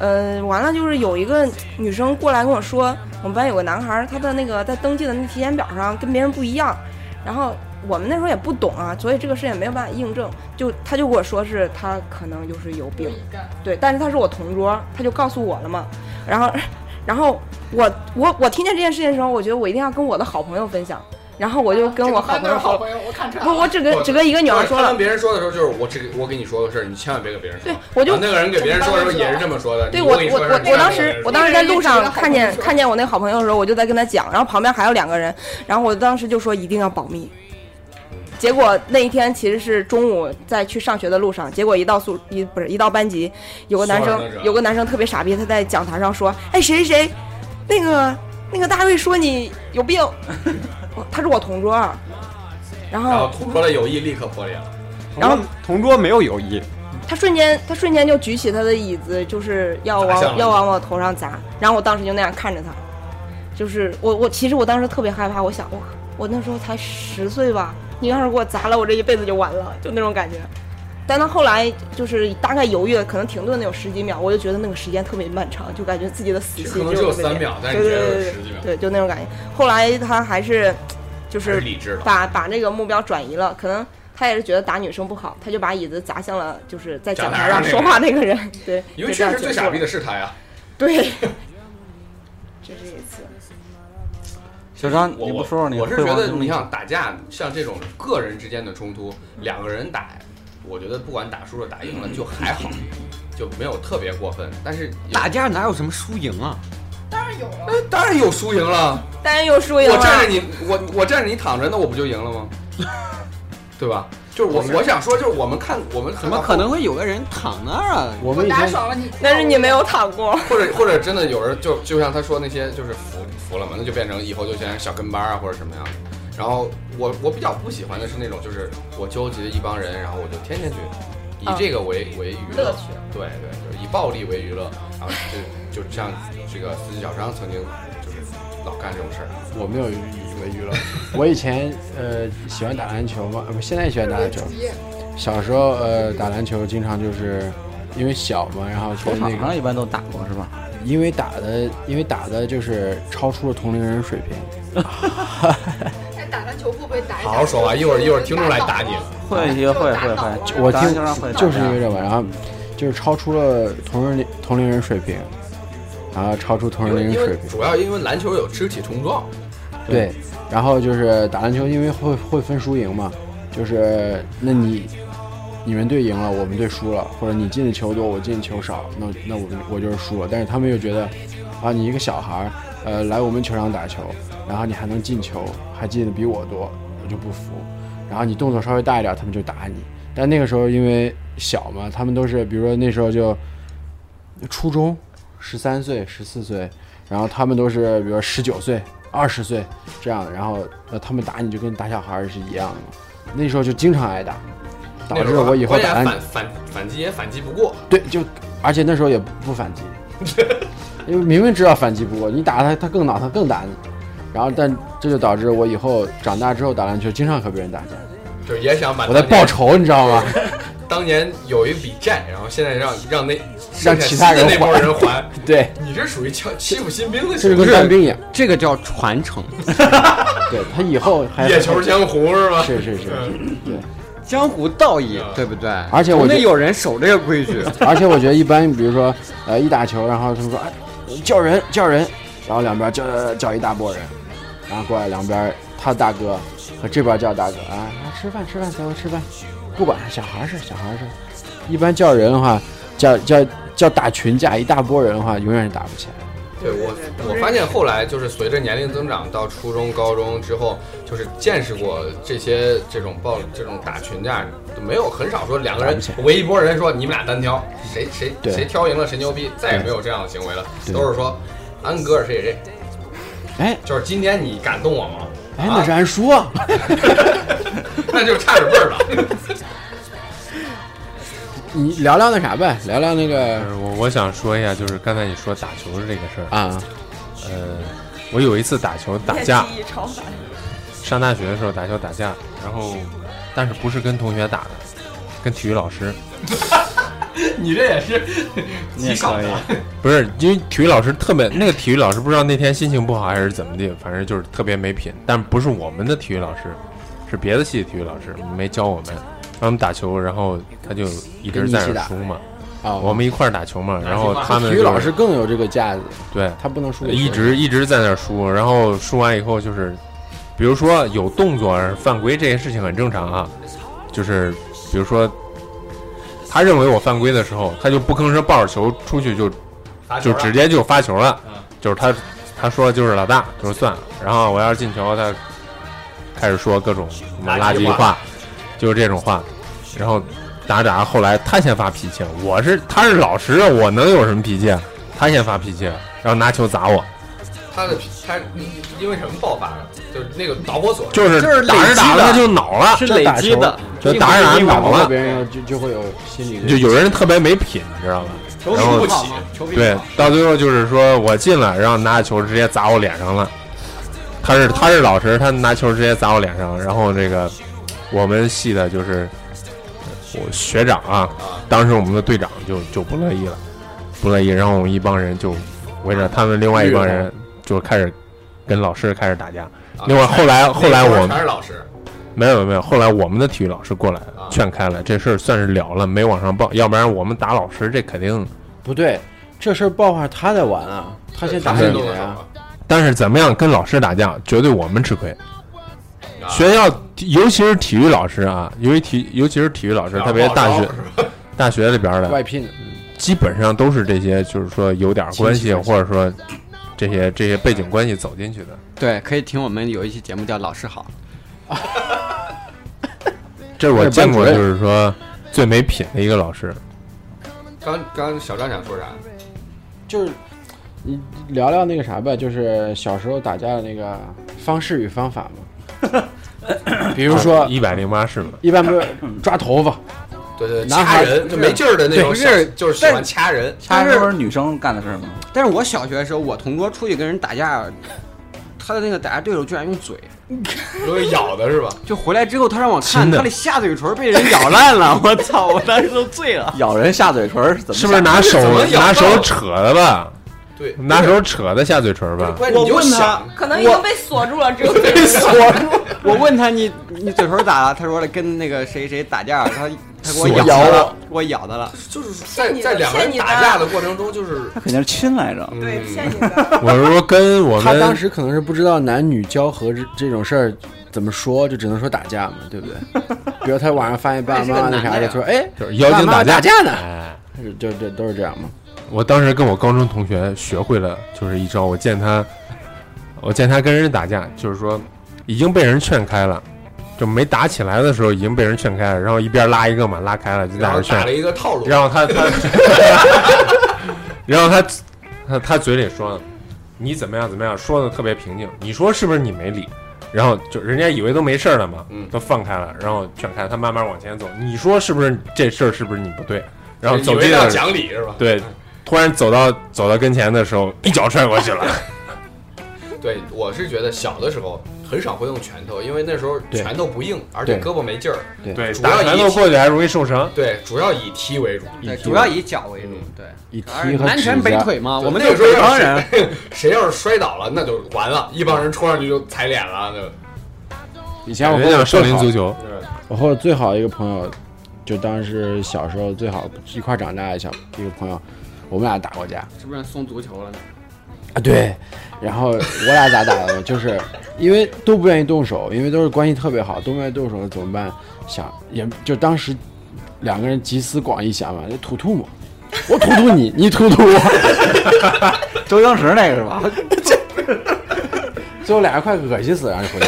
Speaker 3: 呃，完了就是有一个女生过来跟我说，我们班有个男孩儿，他的那个在登记的那体检表上跟别人不一样，然后我们那时候也不懂啊，所以这个事也没有办法印证，就他就跟我说是他可能就是有
Speaker 2: 故
Speaker 3: 病，
Speaker 2: 意干，
Speaker 3: 对，但是他是我同桌，他就告诉我了嘛。然后， 然后我我我听见这件事情的时候，我觉得我一定要跟我的好朋友分享。然后我就跟我好朋
Speaker 2: 这个班都
Speaker 3: 友
Speaker 2: 是好
Speaker 3: 说，
Speaker 2: 朋友，我看出来
Speaker 3: 不，
Speaker 2: 了。
Speaker 3: 我只跟只跟一个女孩说
Speaker 1: 他
Speaker 3: 了
Speaker 1: 跟，别人说的时候，就是我这个我给你说个事儿，你千万别给别人说。
Speaker 3: 对我就
Speaker 1: 然后啊那个人给别人说的时候也是这么说的。
Speaker 3: 对
Speaker 1: 你
Speaker 3: 我
Speaker 1: 给你
Speaker 3: 我
Speaker 1: 说的时候
Speaker 3: 我
Speaker 1: 你千
Speaker 3: 我
Speaker 1: 万别跟别
Speaker 3: 当时
Speaker 1: 人
Speaker 3: 我
Speaker 1: 说
Speaker 3: 当时在路
Speaker 2: 那个
Speaker 3: 上
Speaker 2: 人
Speaker 3: 看见
Speaker 2: 一直跟我好朋友说
Speaker 3: 看见我那个好朋友的时候，我就在跟他讲，然后旁边还有两个人，然后我当时就说一定要保密。结果那一天其实是中午在去上学的路上，结果一到宿一不是一到班级，有个男
Speaker 1: 所有
Speaker 3: 生
Speaker 1: 人都知道
Speaker 3: 有个男生特别傻逼，他在讲台上说：“哎谁谁谁，那个那个大卫说你有 病，我他是我同桌。”
Speaker 1: 然
Speaker 3: 然
Speaker 1: 后
Speaker 3: 后
Speaker 1: 同桌的友谊立刻破裂了。
Speaker 3: 然后
Speaker 4: 同桌没有友谊，
Speaker 3: 他瞬间，他瞬间就举起他的椅子，就是要
Speaker 1: 砸向
Speaker 3: 往
Speaker 1: 你
Speaker 3: 要往我头上砸。然后我当时就那样看着他，就是我我其实我当时特别害怕，我想我我那时候才十岁吧，你要是给我砸了，我这一辈子就完了，就那种感觉。但他后来就是大概犹豫了，可能停顿了有十几秒，我就觉得那个时间特别漫长，就感觉自己的死
Speaker 1: 其
Speaker 3: 期
Speaker 1: 实可能只有
Speaker 3: 那么
Speaker 1: 三
Speaker 3: 点
Speaker 1: 秒但是
Speaker 3: 对
Speaker 1: 你
Speaker 3: 对
Speaker 1: 觉得
Speaker 3: 对
Speaker 1: 有
Speaker 3: 对
Speaker 1: 十几秒
Speaker 3: 对，就那种感觉。后来他还是就
Speaker 1: 还是
Speaker 3: 是
Speaker 1: 理智了。
Speaker 3: 把把那个目标转移了，可能他也是觉得打女生不好，他就把椅子砸向了就是在讲台上说话那个人。对，
Speaker 1: 因为
Speaker 3: 就这
Speaker 1: 确
Speaker 3: 样
Speaker 1: 实最
Speaker 3: 结束
Speaker 1: 傻逼
Speaker 3: 了。
Speaker 1: 的是啊他呀，
Speaker 3: 对，这是一 次。
Speaker 5: 小张，
Speaker 1: 我
Speaker 5: 你不
Speaker 1: 我
Speaker 5: 说说你
Speaker 1: 我是
Speaker 5: 会
Speaker 1: 觉
Speaker 5: 玩
Speaker 1: 得
Speaker 5: 什么
Speaker 1: 你像打架，像这种个人之间的冲突，两个人打，我觉得不管打输了打赢了就还好，就没有特别过分。但是有
Speaker 6: 打架哪有什么输赢啊？
Speaker 2: 当然有了，
Speaker 1: 哎当然有输赢了，
Speaker 3: 当然又输赢
Speaker 1: 我站着
Speaker 3: 了。
Speaker 1: 你，我我站着你躺着，那我不就赢了吗？ 对吧？就是我我想说，就是我们看我们
Speaker 6: 怎
Speaker 1: 怎
Speaker 6: 么可能会有个人躺那儿啊？
Speaker 7: 我
Speaker 2: 我
Speaker 7: 们以
Speaker 2: 打
Speaker 7: 前
Speaker 2: 爽了你，
Speaker 3: 但是你没有躺过，
Speaker 1: 或者或者真的有人就就像他说那些就是服服了嘛，那就变成以后就变成小跟班啊或者什么样的。然后我我比较不喜欢的是那种就是我纠集一帮人，然后我就天天去以
Speaker 3: 啊
Speaker 1: 这个为为娱乐，
Speaker 3: 乐趣
Speaker 1: 对对，就是以暴力为娱乐，然后就就像这个司机小张曾经就是老干这种事儿。
Speaker 7: 我没有为娱乐，我以前呃喜欢打篮球嘛，呃不，现在也喜欢打篮球。
Speaker 2: 急
Speaker 7: 小时候呃打篮球经常就是因为小嘛，然后去
Speaker 5: 球
Speaker 7: 那
Speaker 5: 场
Speaker 7: 个
Speaker 5: 上一般都打过是吧？
Speaker 7: 因为打的，因为打的就是超出了同龄人水平。
Speaker 2: 哎，打篮球会不会打一打？
Speaker 1: 好好说话，一会儿一会儿听众来打你了。
Speaker 5: 会会会会
Speaker 2: 就
Speaker 5: 会，
Speaker 7: 我
Speaker 5: 打
Speaker 7: 听
Speaker 5: 篮球上会打
Speaker 7: 就是因
Speaker 5: 架
Speaker 7: 为这个，然后就是超出了同龄同龄人水平，然后超出同
Speaker 1: 因为
Speaker 7: 龄人
Speaker 1: 因
Speaker 7: 水
Speaker 1: 为
Speaker 7: 平。啊
Speaker 1: 主要因为篮球有肢体冲撞，
Speaker 7: 对，然后就是打篮球，因为会会分输赢嘛，就是那你你们队赢了，我们队输了，或者你进的球多，我进的球少，那那我们我就是输了。但是他们又觉得啊，你一个小孩儿，呃，来我们球场打球，然后你还能进球，还进的比我多，我就不服。然后你动作稍微大一点，他们就打你。但那个时候因为小嘛，他们都是比如说那时候就初中，十三岁、十四岁，然后他们都是比如十九岁、二十岁这样的，然后呃他们打你就跟打小孩儿是一样的嘛。那时候就经常挨打，导致我以后
Speaker 1: 关键
Speaker 7: 打
Speaker 1: 还
Speaker 7: 篮
Speaker 1: 啊反反反击也反击不过，
Speaker 7: 对就，而且那时候 也不不反击，因为明明知道反击不过，你打他他更恼，他更打你。然后但这就导致我以后长大之后打篮球，经常和别人打架，
Speaker 1: 就是也想把
Speaker 7: 我在
Speaker 1: 当年
Speaker 7: 报仇，你知道吗？
Speaker 1: 当年有一笔债，然后现在让让那
Speaker 7: 让其他人
Speaker 1: 剩下新的那波人还，
Speaker 7: 对，
Speaker 1: 你这属于欺欺负新兵的
Speaker 7: 这
Speaker 1: 行
Speaker 7: 就
Speaker 1: 为，
Speaker 7: 跟当兵一样，
Speaker 6: 这个叫传承。
Speaker 7: 对他以后还
Speaker 1: 野球江 湖是吧？
Speaker 7: 是是是，
Speaker 1: 嗯
Speaker 6: 江湖道 义
Speaker 1: 嗯，
Speaker 6: 对不对？
Speaker 7: 而且我
Speaker 6: 那
Speaker 7: 觉
Speaker 6: 有人守这个规 矩，
Speaker 7: 而且我觉得一般，比如说，呃，一打球，然后他们说，哎，叫人叫人，然后两边叫哎叫一大波人，然后过来两边他大哥和这边叫大哥啊，啊吃饭吃饭，走吃饭，不管小孩是小孩是，一般叫人的话，叫叫叫打群架，一大波人的话，永远是打不起
Speaker 4: 啊
Speaker 7: 来。
Speaker 1: 对我，我发现后来就是随着年龄增长，到初中、高中之后，就是见识过这些这种暴、这种打群架，就没有很少说两个
Speaker 7: 打
Speaker 1: 人
Speaker 7: 不起来
Speaker 1: 围一波人说你们俩单挑，谁谁
Speaker 7: 对
Speaker 1: 谁挑赢了谁牛逼，再也没有这样的行为了，
Speaker 7: 对
Speaker 1: 都是说安哥谁谁谁，
Speaker 7: 哎
Speaker 1: 就是今天你敢动我吗？
Speaker 7: 哎，那是俺叔啊，
Speaker 1: 那就差点辈儿了。
Speaker 7: 你聊聊那啥呗，聊聊那个
Speaker 4: 呃我我想说一下，就是刚才你说打球的这个事儿，
Speaker 7: 啊，
Speaker 4: 呃，我有一次打球打架，
Speaker 3: 记忆超凡，
Speaker 4: 上大学的时候打球打架，然后但是不是跟同学打的，跟体育老师，
Speaker 1: 你这也是
Speaker 5: 你也
Speaker 1: 极少
Speaker 5: 可
Speaker 1: 的，
Speaker 5: 以，
Speaker 4: 不是因为体育老师特别那个体育老师不知道那天心情不好还是怎么的，反正就是特别没品。但不是我们的体育老师，是别的系的体育老师，没教我们。让我们打球，然后他就一直在那儿输嘛，
Speaker 7: 啊，
Speaker 4: 我们一块儿打球嘛，然后他们
Speaker 7: 体育
Speaker 4: 就是
Speaker 7: 老师更有这个架子，
Speaker 4: 对
Speaker 7: 他不能输给别人，
Speaker 4: 一直一直在那儿输，然后输完以后就是，比如说有动作啊犯规这些事情很正常啊，就是比如说他认为我犯规的时候，他就不吭声抱着球出去就
Speaker 1: 罚球
Speaker 4: 就
Speaker 1: 了
Speaker 4: 直接就发球了
Speaker 1: 嗯，
Speaker 4: 就是他他说就是老大就是算了，然后我要是进球他开始说各种什么垃
Speaker 1: 垃圾
Speaker 4: 圾
Speaker 1: 话
Speaker 4: 话，就是这种话，然后打着打着后来他先发脾气，我是他是老实人，我能有什么脾气？啊？他先发脾气，然后拿球砸我，
Speaker 1: 他的他你因为什么爆发了？就是那个导火索，
Speaker 4: 就是
Speaker 6: 就是累积的
Speaker 4: 打着打着他就恼了，
Speaker 6: 是
Speaker 7: 这
Speaker 6: 累
Speaker 7: 打
Speaker 6: 积
Speaker 7: 球
Speaker 6: 的。
Speaker 4: 就打着打着恼
Speaker 7: 了
Speaker 4: 了，
Speaker 7: 别人就就会有心理的
Speaker 4: 就有人特别没品，你知道吧？
Speaker 1: 球
Speaker 4: 然
Speaker 1: 输
Speaker 4: 后
Speaker 1: 不起，
Speaker 4: 对，到最后就是说我进了，然后拿着球直接砸我脸上了。他是他是老实，他拿球直接砸我脸上，然后这个我们系的就是我学长啊，当时我们的队长就就不乐意了，不乐意，然后我们一帮人就围着他们另外一帮人就开始跟老师开始打架。
Speaker 1: 啊
Speaker 4: 另外后来后来我
Speaker 1: 那
Speaker 4: 们
Speaker 1: 全是老师，
Speaker 4: 没有没有，后来我们的体育老师过来
Speaker 1: 啊
Speaker 4: 劝开了，这事儿算是了了，没往上报，要不然我们打老师这肯定。
Speaker 7: 不对，这事儿爆发他在玩啊，他先打
Speaker 1: 他们
Speaker 7: 你
Speaker 1: 动
Speaker 7: 的
Speaker 1: 的手
Speaker 7: 呀
Speaker 1: 啊，
Speaker 4: 但是怎么样跟老师打架，绝对我们吃亏。
Speaker 1: 啊
Speaker 4: 学校尤其是体育老师啊，由于体尤其是体育老师，特别大学 大学里边儿
Speaker 7: 外
Speaker 4: 的，
Speaker 7: 聘的
Speaker 4: 基本上都是这些，就是说有点关
Speaker 7: 亲戚
Speaker 4: 系，
Speaker 7: 关系
Speaker 4: 或者说这些这些背景关系走进去的。
Speaker 6: 对，可以听我们有一期节目叫《老师好
Speaker 4: 这是我
Speaker 7: 这哎是
Speaker 4: 见
Speaker 7: 班
Speaker 4: 过，
Speaker 7: 主任
Speaker 4: 就是说最没品的一个老师。
Speaker 1: 刚刚小张想说啥？
Speaker 7: 就是你聊聊那个啥呗，就是小时候打架的那个方式与方法嘛。比如说，
Speaker 4: 一百零八式嘛，
Speaker 7: 一般不是抓头发，
Speaker 1: 对对，
Speaker 7: 男
Speaker 1: 掐
Speaker 7: 孩
Speaker 1: 人就没劲儿的那种
Speaker 6: 对
Speaker 1: 小
Speaker 6: 是，
Speaker 1: 就是喜欢掐人。
Speaker 5: 掐人都是女生干的事儿吗？》。
Speaker 6: 但是我小学的时候，我同桌出去跟人打架，他的那个打架对手居然用嘴，
Speaker 1: 容易咬的是吧？
Speaker 6: 就回来之后他让我看
Speaker 4: 真的
Speaker 6: 他的下嘴唇被人咬烂 了，我操！我当时都醉了。
Speaker 5: 咬人下嘴唇儿怎么
Speaker 4: 是不是
Speaker 5: 下
Speaker 4: 拿手
Speaker 1: 怎么咬到
Speaker 4: 拿手扯的吧？
Speaker 1: 对，
Speaker 4: 拿手扯的下嘴唇吧？
Speaker 1: 关键你就
Speaker 6: 我问他
Speaker 1: 想，
Speaker 3: 可能已经被锁住了，只有被
Speaker 6: 我问他你你嘴唇咋了？他说了跟那个谁谁打架，他他给我咬
Speaker 7: 咬
Speaker 6: 了，我咬的了。
Speaker 1: 就是在
Speaker 3: 你的
Speaker 1: 在两个
Speaker 3: 骗
Speaker 1: 人
Speaker 3: 你的
Speaker 1: 打架的过程中，就是
Speaker 5: 他肯定是亲来着。
Speaker 1: 嗯
Speaker 3: 对骗你的，
Speaker 4: 我是说跟我
Speaker 7: 他当
Speaker 4: 们
Speaker 7: 时可能是不知道男女交合这这种事儿怎么说，就只能说打架嘛，对 不对？比如他晚上发现爸爸妈妈那啥的，说哎，
Speaker 4: 就是妖精
Speaker 7: 爸妈
Speaker 4: 架
Speaker 7: 打架呢
Speaker 4: 哎
Speaker 7: 就这都是这样嘛。
Speaker 4: 我当时跟我高中同学学会了，就是一招。我见他，我见他跟人打架，就是说已经被人劝开了，就没打起来的时候已经被人劝开了，然后一边拉一个嘛，拉开了就在
Speaker 1: 然
Speaker 4: 那
Speaker 1: 后打
Speaker 4: 劝
Speaker 1: 了，一个套路，
Speaker 4: 然后他他，然后他他他嘴里说你怎么样怎么样，说的特别平静，你说是不是你没理？然后就人家以为都没事儿了嘛，
Speaker 1: 嗯
Speaker 4: 都放开了，然后劝开他慢慢往前走，你说是不是这事儿是不是你不对？然后
Speaker 1: 你以
Speaker 4: 走
Speaker 1: 为
Speaker 4: 近
Speaker 1: 要
Speaker 4: 了。
Speaker 1: 讲理是吧？
Speaker 4: 对，突然走到走到跟前的时候，一脚踹过去了。
Speaker 1: 对，对，我是觉得小的时候很少会用拳头，因为那时候
Speaker 7: 对
Speaker 1: 拳头不硬，而且
Speaker 7: 对
Speaker 1: 胳膊没劲儿。
Speaker 4: 对，
Speaker 1: 主
Speaker 4: 打
Speaker 1: 要
Speaker 4: 拳
Speaker 1: 以
Speaker 4: 头过去还容易受伤。
Speaker 1: 对，主要以踢为主。
Speaker 6: 对，
Speaker 7: 踢
Speaker 6: 主要以脚为主
Speaker 1: 嗯，
Speaker 6: 对，
Speaker 7: 以踢
Speaker 6: 而
Speaker 7: 和
Speaker 6: 南拳
Speaker 7: 指
Speaker 6: 北
Speaker 7: 甲
Speaker 6: 腿嘛，我们
Speaker 1: 啊那
Speaker 6: 就
Speaker 1: 个时候
Speaker 6: 北
Speaker 1: 要
Speaker 6: 方
Speaker 1: 是
Speaker 6: 人，
Speaker 1: 谁要是摔倒了，那就完了，一帮人冲上去就踩脸了，就
Speaker 7: 以前我
Speaker 4: 感
Speaker 7: 和
Speaker 4: 觉
Speaker 7: 我
Speaker 4: 像少
Speaker 7: 最
Speaker 4: 林
Speaker 7: 好
Speaker 4: 足球，
Speaker 7: 我和我最好的一个朋友，就当时小时候最好一块长大的小一个朋友，我们俩打过架
Speaker 6: 是不是送足球了呢？
Speaker 7: 啊，对，然后我俩咋打的呢？ 就是因为都不愿意动手，因为都是关系特别好，都不愿意动手怎么办？想也就当时两个人集思广益想法，就吐吐沫， 我吐吐你，你吐吐我，
Speaker 5: 周星驰那个是吧？
Speaker 7: 最后俩人快恶心死了，然后就回家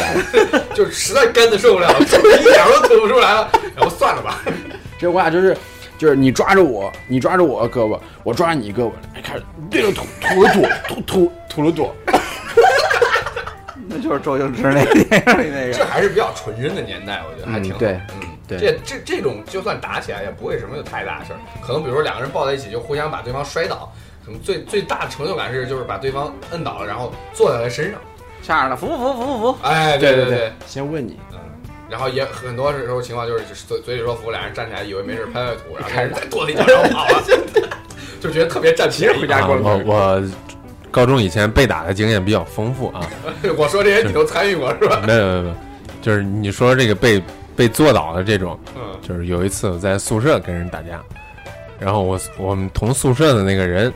Speaker 7: 了。
Speaker 1: 就实在干的受不了， 一点儿都吐不出来了，要不算了吧。
Speaker 7: 这我俩就是就是你抓着我，你抓着我的胳膊，我抓着你胳膊，哎开始对着吐吐了吐吐吐吐了吐。
Speaker 5: 那就是周星驰那个电影里那个。
Speaker 1: 这还是比较纯真的年代，我觉得还挺好。
Speaker 7: 嗯对
Speaker 1: 嗯，
Speaker 7: 对
Speaker 1: 这这这种就算打起来也不会什么有太大事儿，可能比如说两个人抱在一起就互相把对方摔倒，什么最最大的成就感是就是把对方摁倒了，然后坐在他身上。
Speaker 5: 吓着了，服服服服服。
Speaker 1: 哎，对
Speaker 7: 对
Speaker 1: 对，，
Speaker 7: 先问你，
Speaker 1: 然后也很多时候情况就是嘴嘴里说服，俩人站起来以为没事拍拍土，然后开始再跺他一脚，然后跑了，就觉得特别占便宜。
Speaker 4: 啊我我高中以前被打的经验比较丰富啊，
Speaker 1: 我说这些你都参与过是吧？
Speaker 4: 没有没有没有，就是你说这个被被坐倒的这种，
Speaker 1: 嗯
Speaker 4: 就是有一次我在宿舍跟人打架，然后我我们同宿舍的那个人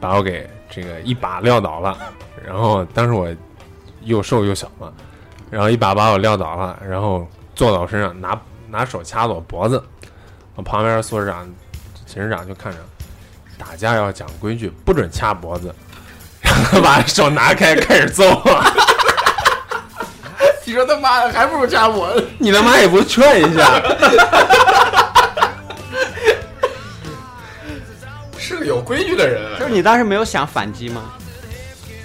Speaker 4: 把我给这个一把撂倒了，然后当时我又瘦又小嘛，然后一把把我撂倒了，然后坐到我身上拿拿手掐着我脖子，我旁边宿舍长、寝室长就看着，打架要讲规矩，不准掐脖子，然后把手拿开开始揍我。
Speaker 1: 哎
Speaker 6: 你说
Speaker 1: 嗯
Speaker 6: 他妈的，还不如扎我。
Speaker 4: 你他妈也不劝一下，
Speaker 1: 是个有规矩的人，
Speaker 6: 就是你当时没有想反击吗？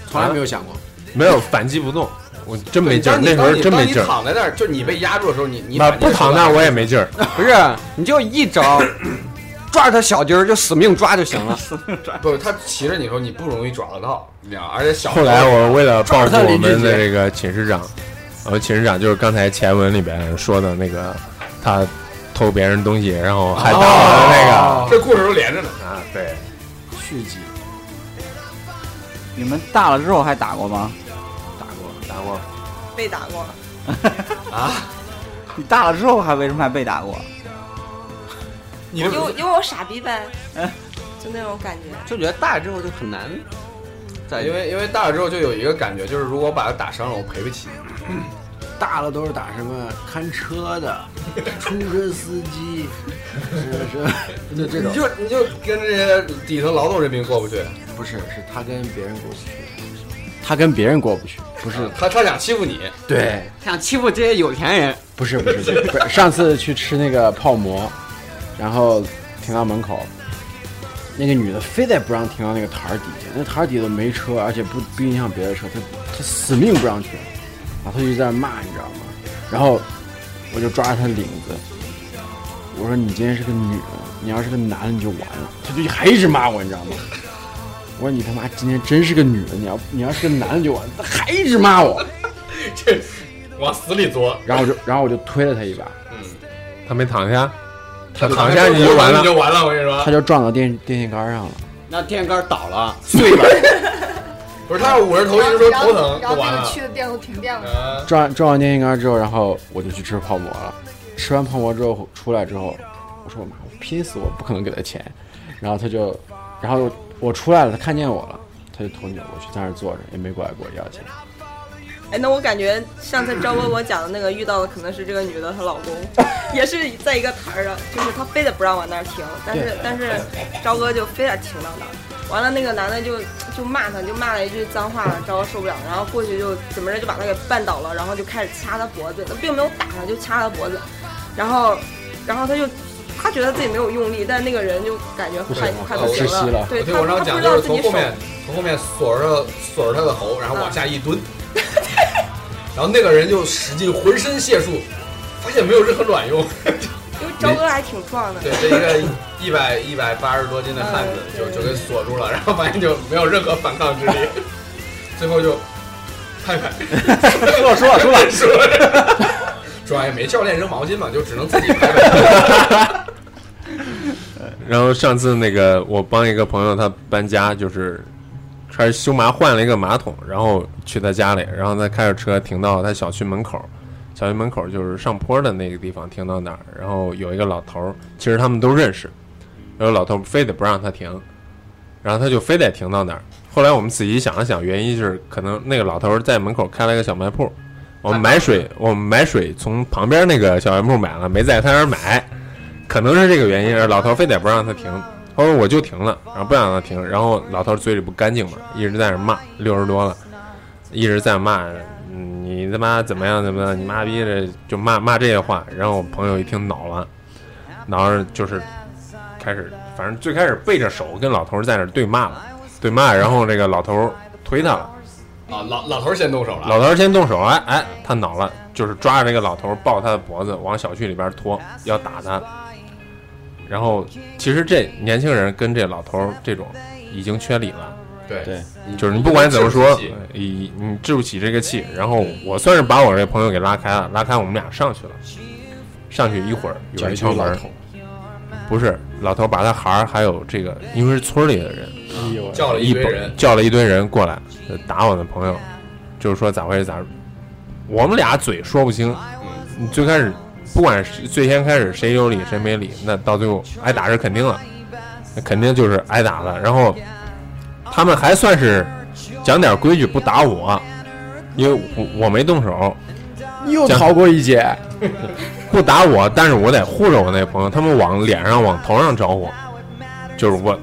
Speaker 7: 从来没有想过。
Speaker 4: 没有反击不动，我真没劲儿，
Speaker 1: 当你
Speaker 4: 那时候
Speaker 1: 当你
Speaker 4: 真没
Speaker 1: 当你
Speaker 4: 劲儿。
Speaker 1: 躺在那儿，就你被压住的时候，你你
Speaker 4: 那
Speaker 1: 反击
Speaker 4: 不躺那儿我也没劲儿，
Speaker 6: 不是，你就一招抓着他小鸡儿就死命抓就行了。
Speaker 1: 不，他骑着你的时候，你不容易抓得到，你知道吗，而且小
Speaker 4: 后来我为了 报
Speaker 7: 抓着
Speaker 4: 复
Speaker 7: 他
Speaker 4: 我
Speaker 7: 林志
Speaker 4: 们的
Speaker 7: 杰
Speaker 4: 这个寝室长，我们寝室长就是刚才前文里边说的那个，他偷别人东西然后还打我的那个、
Speaker 1: 哦这故事都连着呢。
Speaker 4: 啊，对，
Speaker 7: 续集
Speaker 5: 你们大了之后还打过吗？
Speaker 4: 打过打过，
Speaker 3: 被打过，
Speaker 5: 你大了之后还为什么还被打过？
Speaker 1: 你
Speaker 3: 因为因为我傻逼呗，
Speaker 1: 嗯
Speaker 3: 就那种感觉。
Speaker 6: 就觉得大了之后就很难再
Speaker 1: 因为因为大了之后就有一个感觉，就是如果我把他打伤了，我赔不起。
Speaker 7: 大了都是打什么看车 的、出租车司机，是是，就这
Speaker 1: 你
Speaker 7: 种
Speaker 1: 就你就跟这些底层劳动人民过不去，
Speaker 7: 不是，是他跟别人过不去，他跟别人过不去，不是
Speaker 1: 他他想欺负你，
Speaker 7: 对，
Speaker 6: 想欺负这些有钱人，
Speaker 7: 不是不是不是不是，上次去吃那个泡馍，然后停到门口，那个女的非得不让停到那个台儿底下，那台儿底下没车，而且不不影响别的车，她她死命不让停，然后她就在那骂，你知道吗？然后我就抓着她领子，我说你今天是个女的，你要是个男的你就完了，她就还一直骂我，你知道吗？我说你他妈今天真是个女的，你要你要是个男的就完了，她还一直骂我，
Speaker 1: 这往死里作。
Speaker 7: 然后我就然后我就推了她一把。
Speaker 4: 他没躺下，他
Speaker 1: 就
Speaker 4: 躺下你就完
Speaker 1: 你
Speaker 4: 了。
Speaker 1: 就完了。我跟你说，
Speaker 7: 他就撞到电电线杆上了。
Speaker 6: 那电线杆倒了，
Speaker 1: 碎了。不是，他要捂着头一直说头疼，
Speaker 2: 然
Speaker 1: 就
Speaker 2: 后然
Speaker 1: 完
Speaker 2: 后那个
Speaker 1: 了
Speaker 2: 区。的电都停电了，
Speaker 1: 嗯，
Speaker 7: 撞撞完电线杆之后，然后我就去吃泡馍了。吃完泡馍之后出来之后，我说我妈，我拼死我不可能给他钱。然后他就，然后我出来了，他看见我了，他就头扭过去，在那儿坐着，也没过来给我要钱。
Speaker 3: 哎，那我感觉上次张波我讲的那个遇到的可能是这个女的她老公，也是在一个台儿上，就是她非得不让往那儿停，但是
Speaker 7: 对
Speaker 3: 但是朝哥就非得停到那儿，完了那个男的就就骂她，就骂了一句脏话，朝哥受不了，然后过去就怎么着就把她给绊倒了，然后就开始掐她脖子，并没有打她，就掐她脖子，然后然后她就。她觉得自己没有用力，但那个人就感觉
Speaker 7: 不
Speaker 3: 快
Speaker 7: 行了
Speaker 3: 快不行
Speaker 7: 窒息了
Speaker 3: 对
Speaker 1: 我听
Speaker 3: 她
Speaker 1: 文章
Speaker 3: 她不
Speaker 1: 讲
Speaker 3: 知
Speaker 1: 就
Speaker 3: 道
Speaker 1: 是
Speaker 3: 自己
Speaker 1: 从
Speaker 3: 手
Speaker 1: 后
Speaker 3: 啊
Speaker 1: 面从后面锁着锁着他的喉，然后往下一 蹲，然后那个人就使尽浑身解数，发现没有任何卵用。
Speaker 3: 因为朝哥还挺壮的，
Speaker 1: 对，这一个一百一百八十多斤的汉子就就给锁住了，然后发现就没有任何反抗之力，最后就拍 拍，
Speaker 5: 输了输了输 了，
Speaker 1: 主要也没教练扔毛巾嘛，就只能自己拍拍。
Speaker 4: 然后上次那个我帮一个朋友他搬家，就是开始修麻换了一个马桶，然后去他家里，然后他开着车停到他小区门口，小区门口就是上坡的那个地方停到哪儿，然后有一个老头儿，其实他们都认识，然后老头儿非得不让他停，然后他就非得停到哪儿。后来我们仔细想了想，原因就是可能那个老头儿在门口开了一个小卖铺，我们买水，我们买水从旁边那个小卖部买了，没在他那儿买。可能是这个原因，老头非得不让他停。他说我就停了，然后不让他停，然后老头嘴里不干净嘛，一直在那骂，六十多了，一直在骂，嗯你他妈怎么样怎么样，你妈逼的就骂骂这些话。然后我朋友一听恼了，恼了就是开始，反正最开始背着手跟老头在那对骂了，对骂，然后这个老头推他了，
Speaker 1: 啊，老老头儿先动手了，
Speaker 4: 老头先动手，哎哎，他恼了，就是抓着这个老头抱他的脖子往小区里边拖，要打他。然后其实这年轻人跟这老头这种已经缺理了，
Speaker 1: 对
Speaker 5: 对，
Speaker 1: 你
Speaker 4: 就是你不管怎么说
Speaker 1: 自己，
Speaker 4: 你你治不起这个气。然后我算是把我这朋友给拉开了，拉开我们俩上去了，上去一会儿有人敲门，不是老头把他孩儿还有这个，因为是村里的人，
Speaker 1: 叫了一
Speaker 4: 一
Speaker 1: 堆
Speaker 4: 帮
Speaker 1: 人，
Speaker 4: 叫了一堆人过来呃打我的朋友，就是说咋回事咋回事，我们俩嘴说不清。你最开始不管是最先开始谁有理谁没理，那到最后挨打是肯定了，那肯定就是挨打了。然后他们还算是讲点规矩，不打我，因为我我没动手，
Speaker 7: 又逃过一劫。
Speaker 4: 不打我，但是我得护着我那朋友，他们往脸上、往头上招呼，就是我，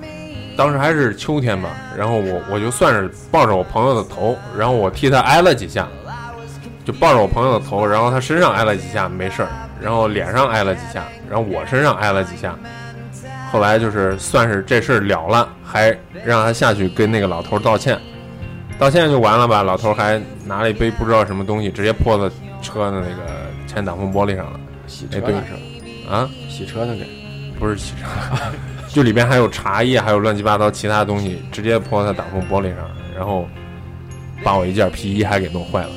Speaker 4: 当时还是秋天吧，然后我我就算是抱着我朋友的头，然后我替他挨了几下，就抱着我朋友的头，然后他身上挨了几下没事儿，然后脸上挨了几下，然后我身上挨了几下，后来就是算是这事儿了了，还让他下去跟那个老头道歉，道歉就完了吧，老头还拿了一杯不知道什么东西，直接泼到车的那个前挡风玻璃上了。
Speaker 7: 洗
Speaker 4: 哎，
Speaker 7: 车
Speaker 4: 对
Speaker 7: 那是，
Speaker 4: 啊，
Speaker 7: 洗车那个，
Speaker 4: 不是汽车， 就里边还有茶叶，还有乱七八糟其他东西，直接泼他挡风玻璃上，然后把我一件皮衣还给弄坏了。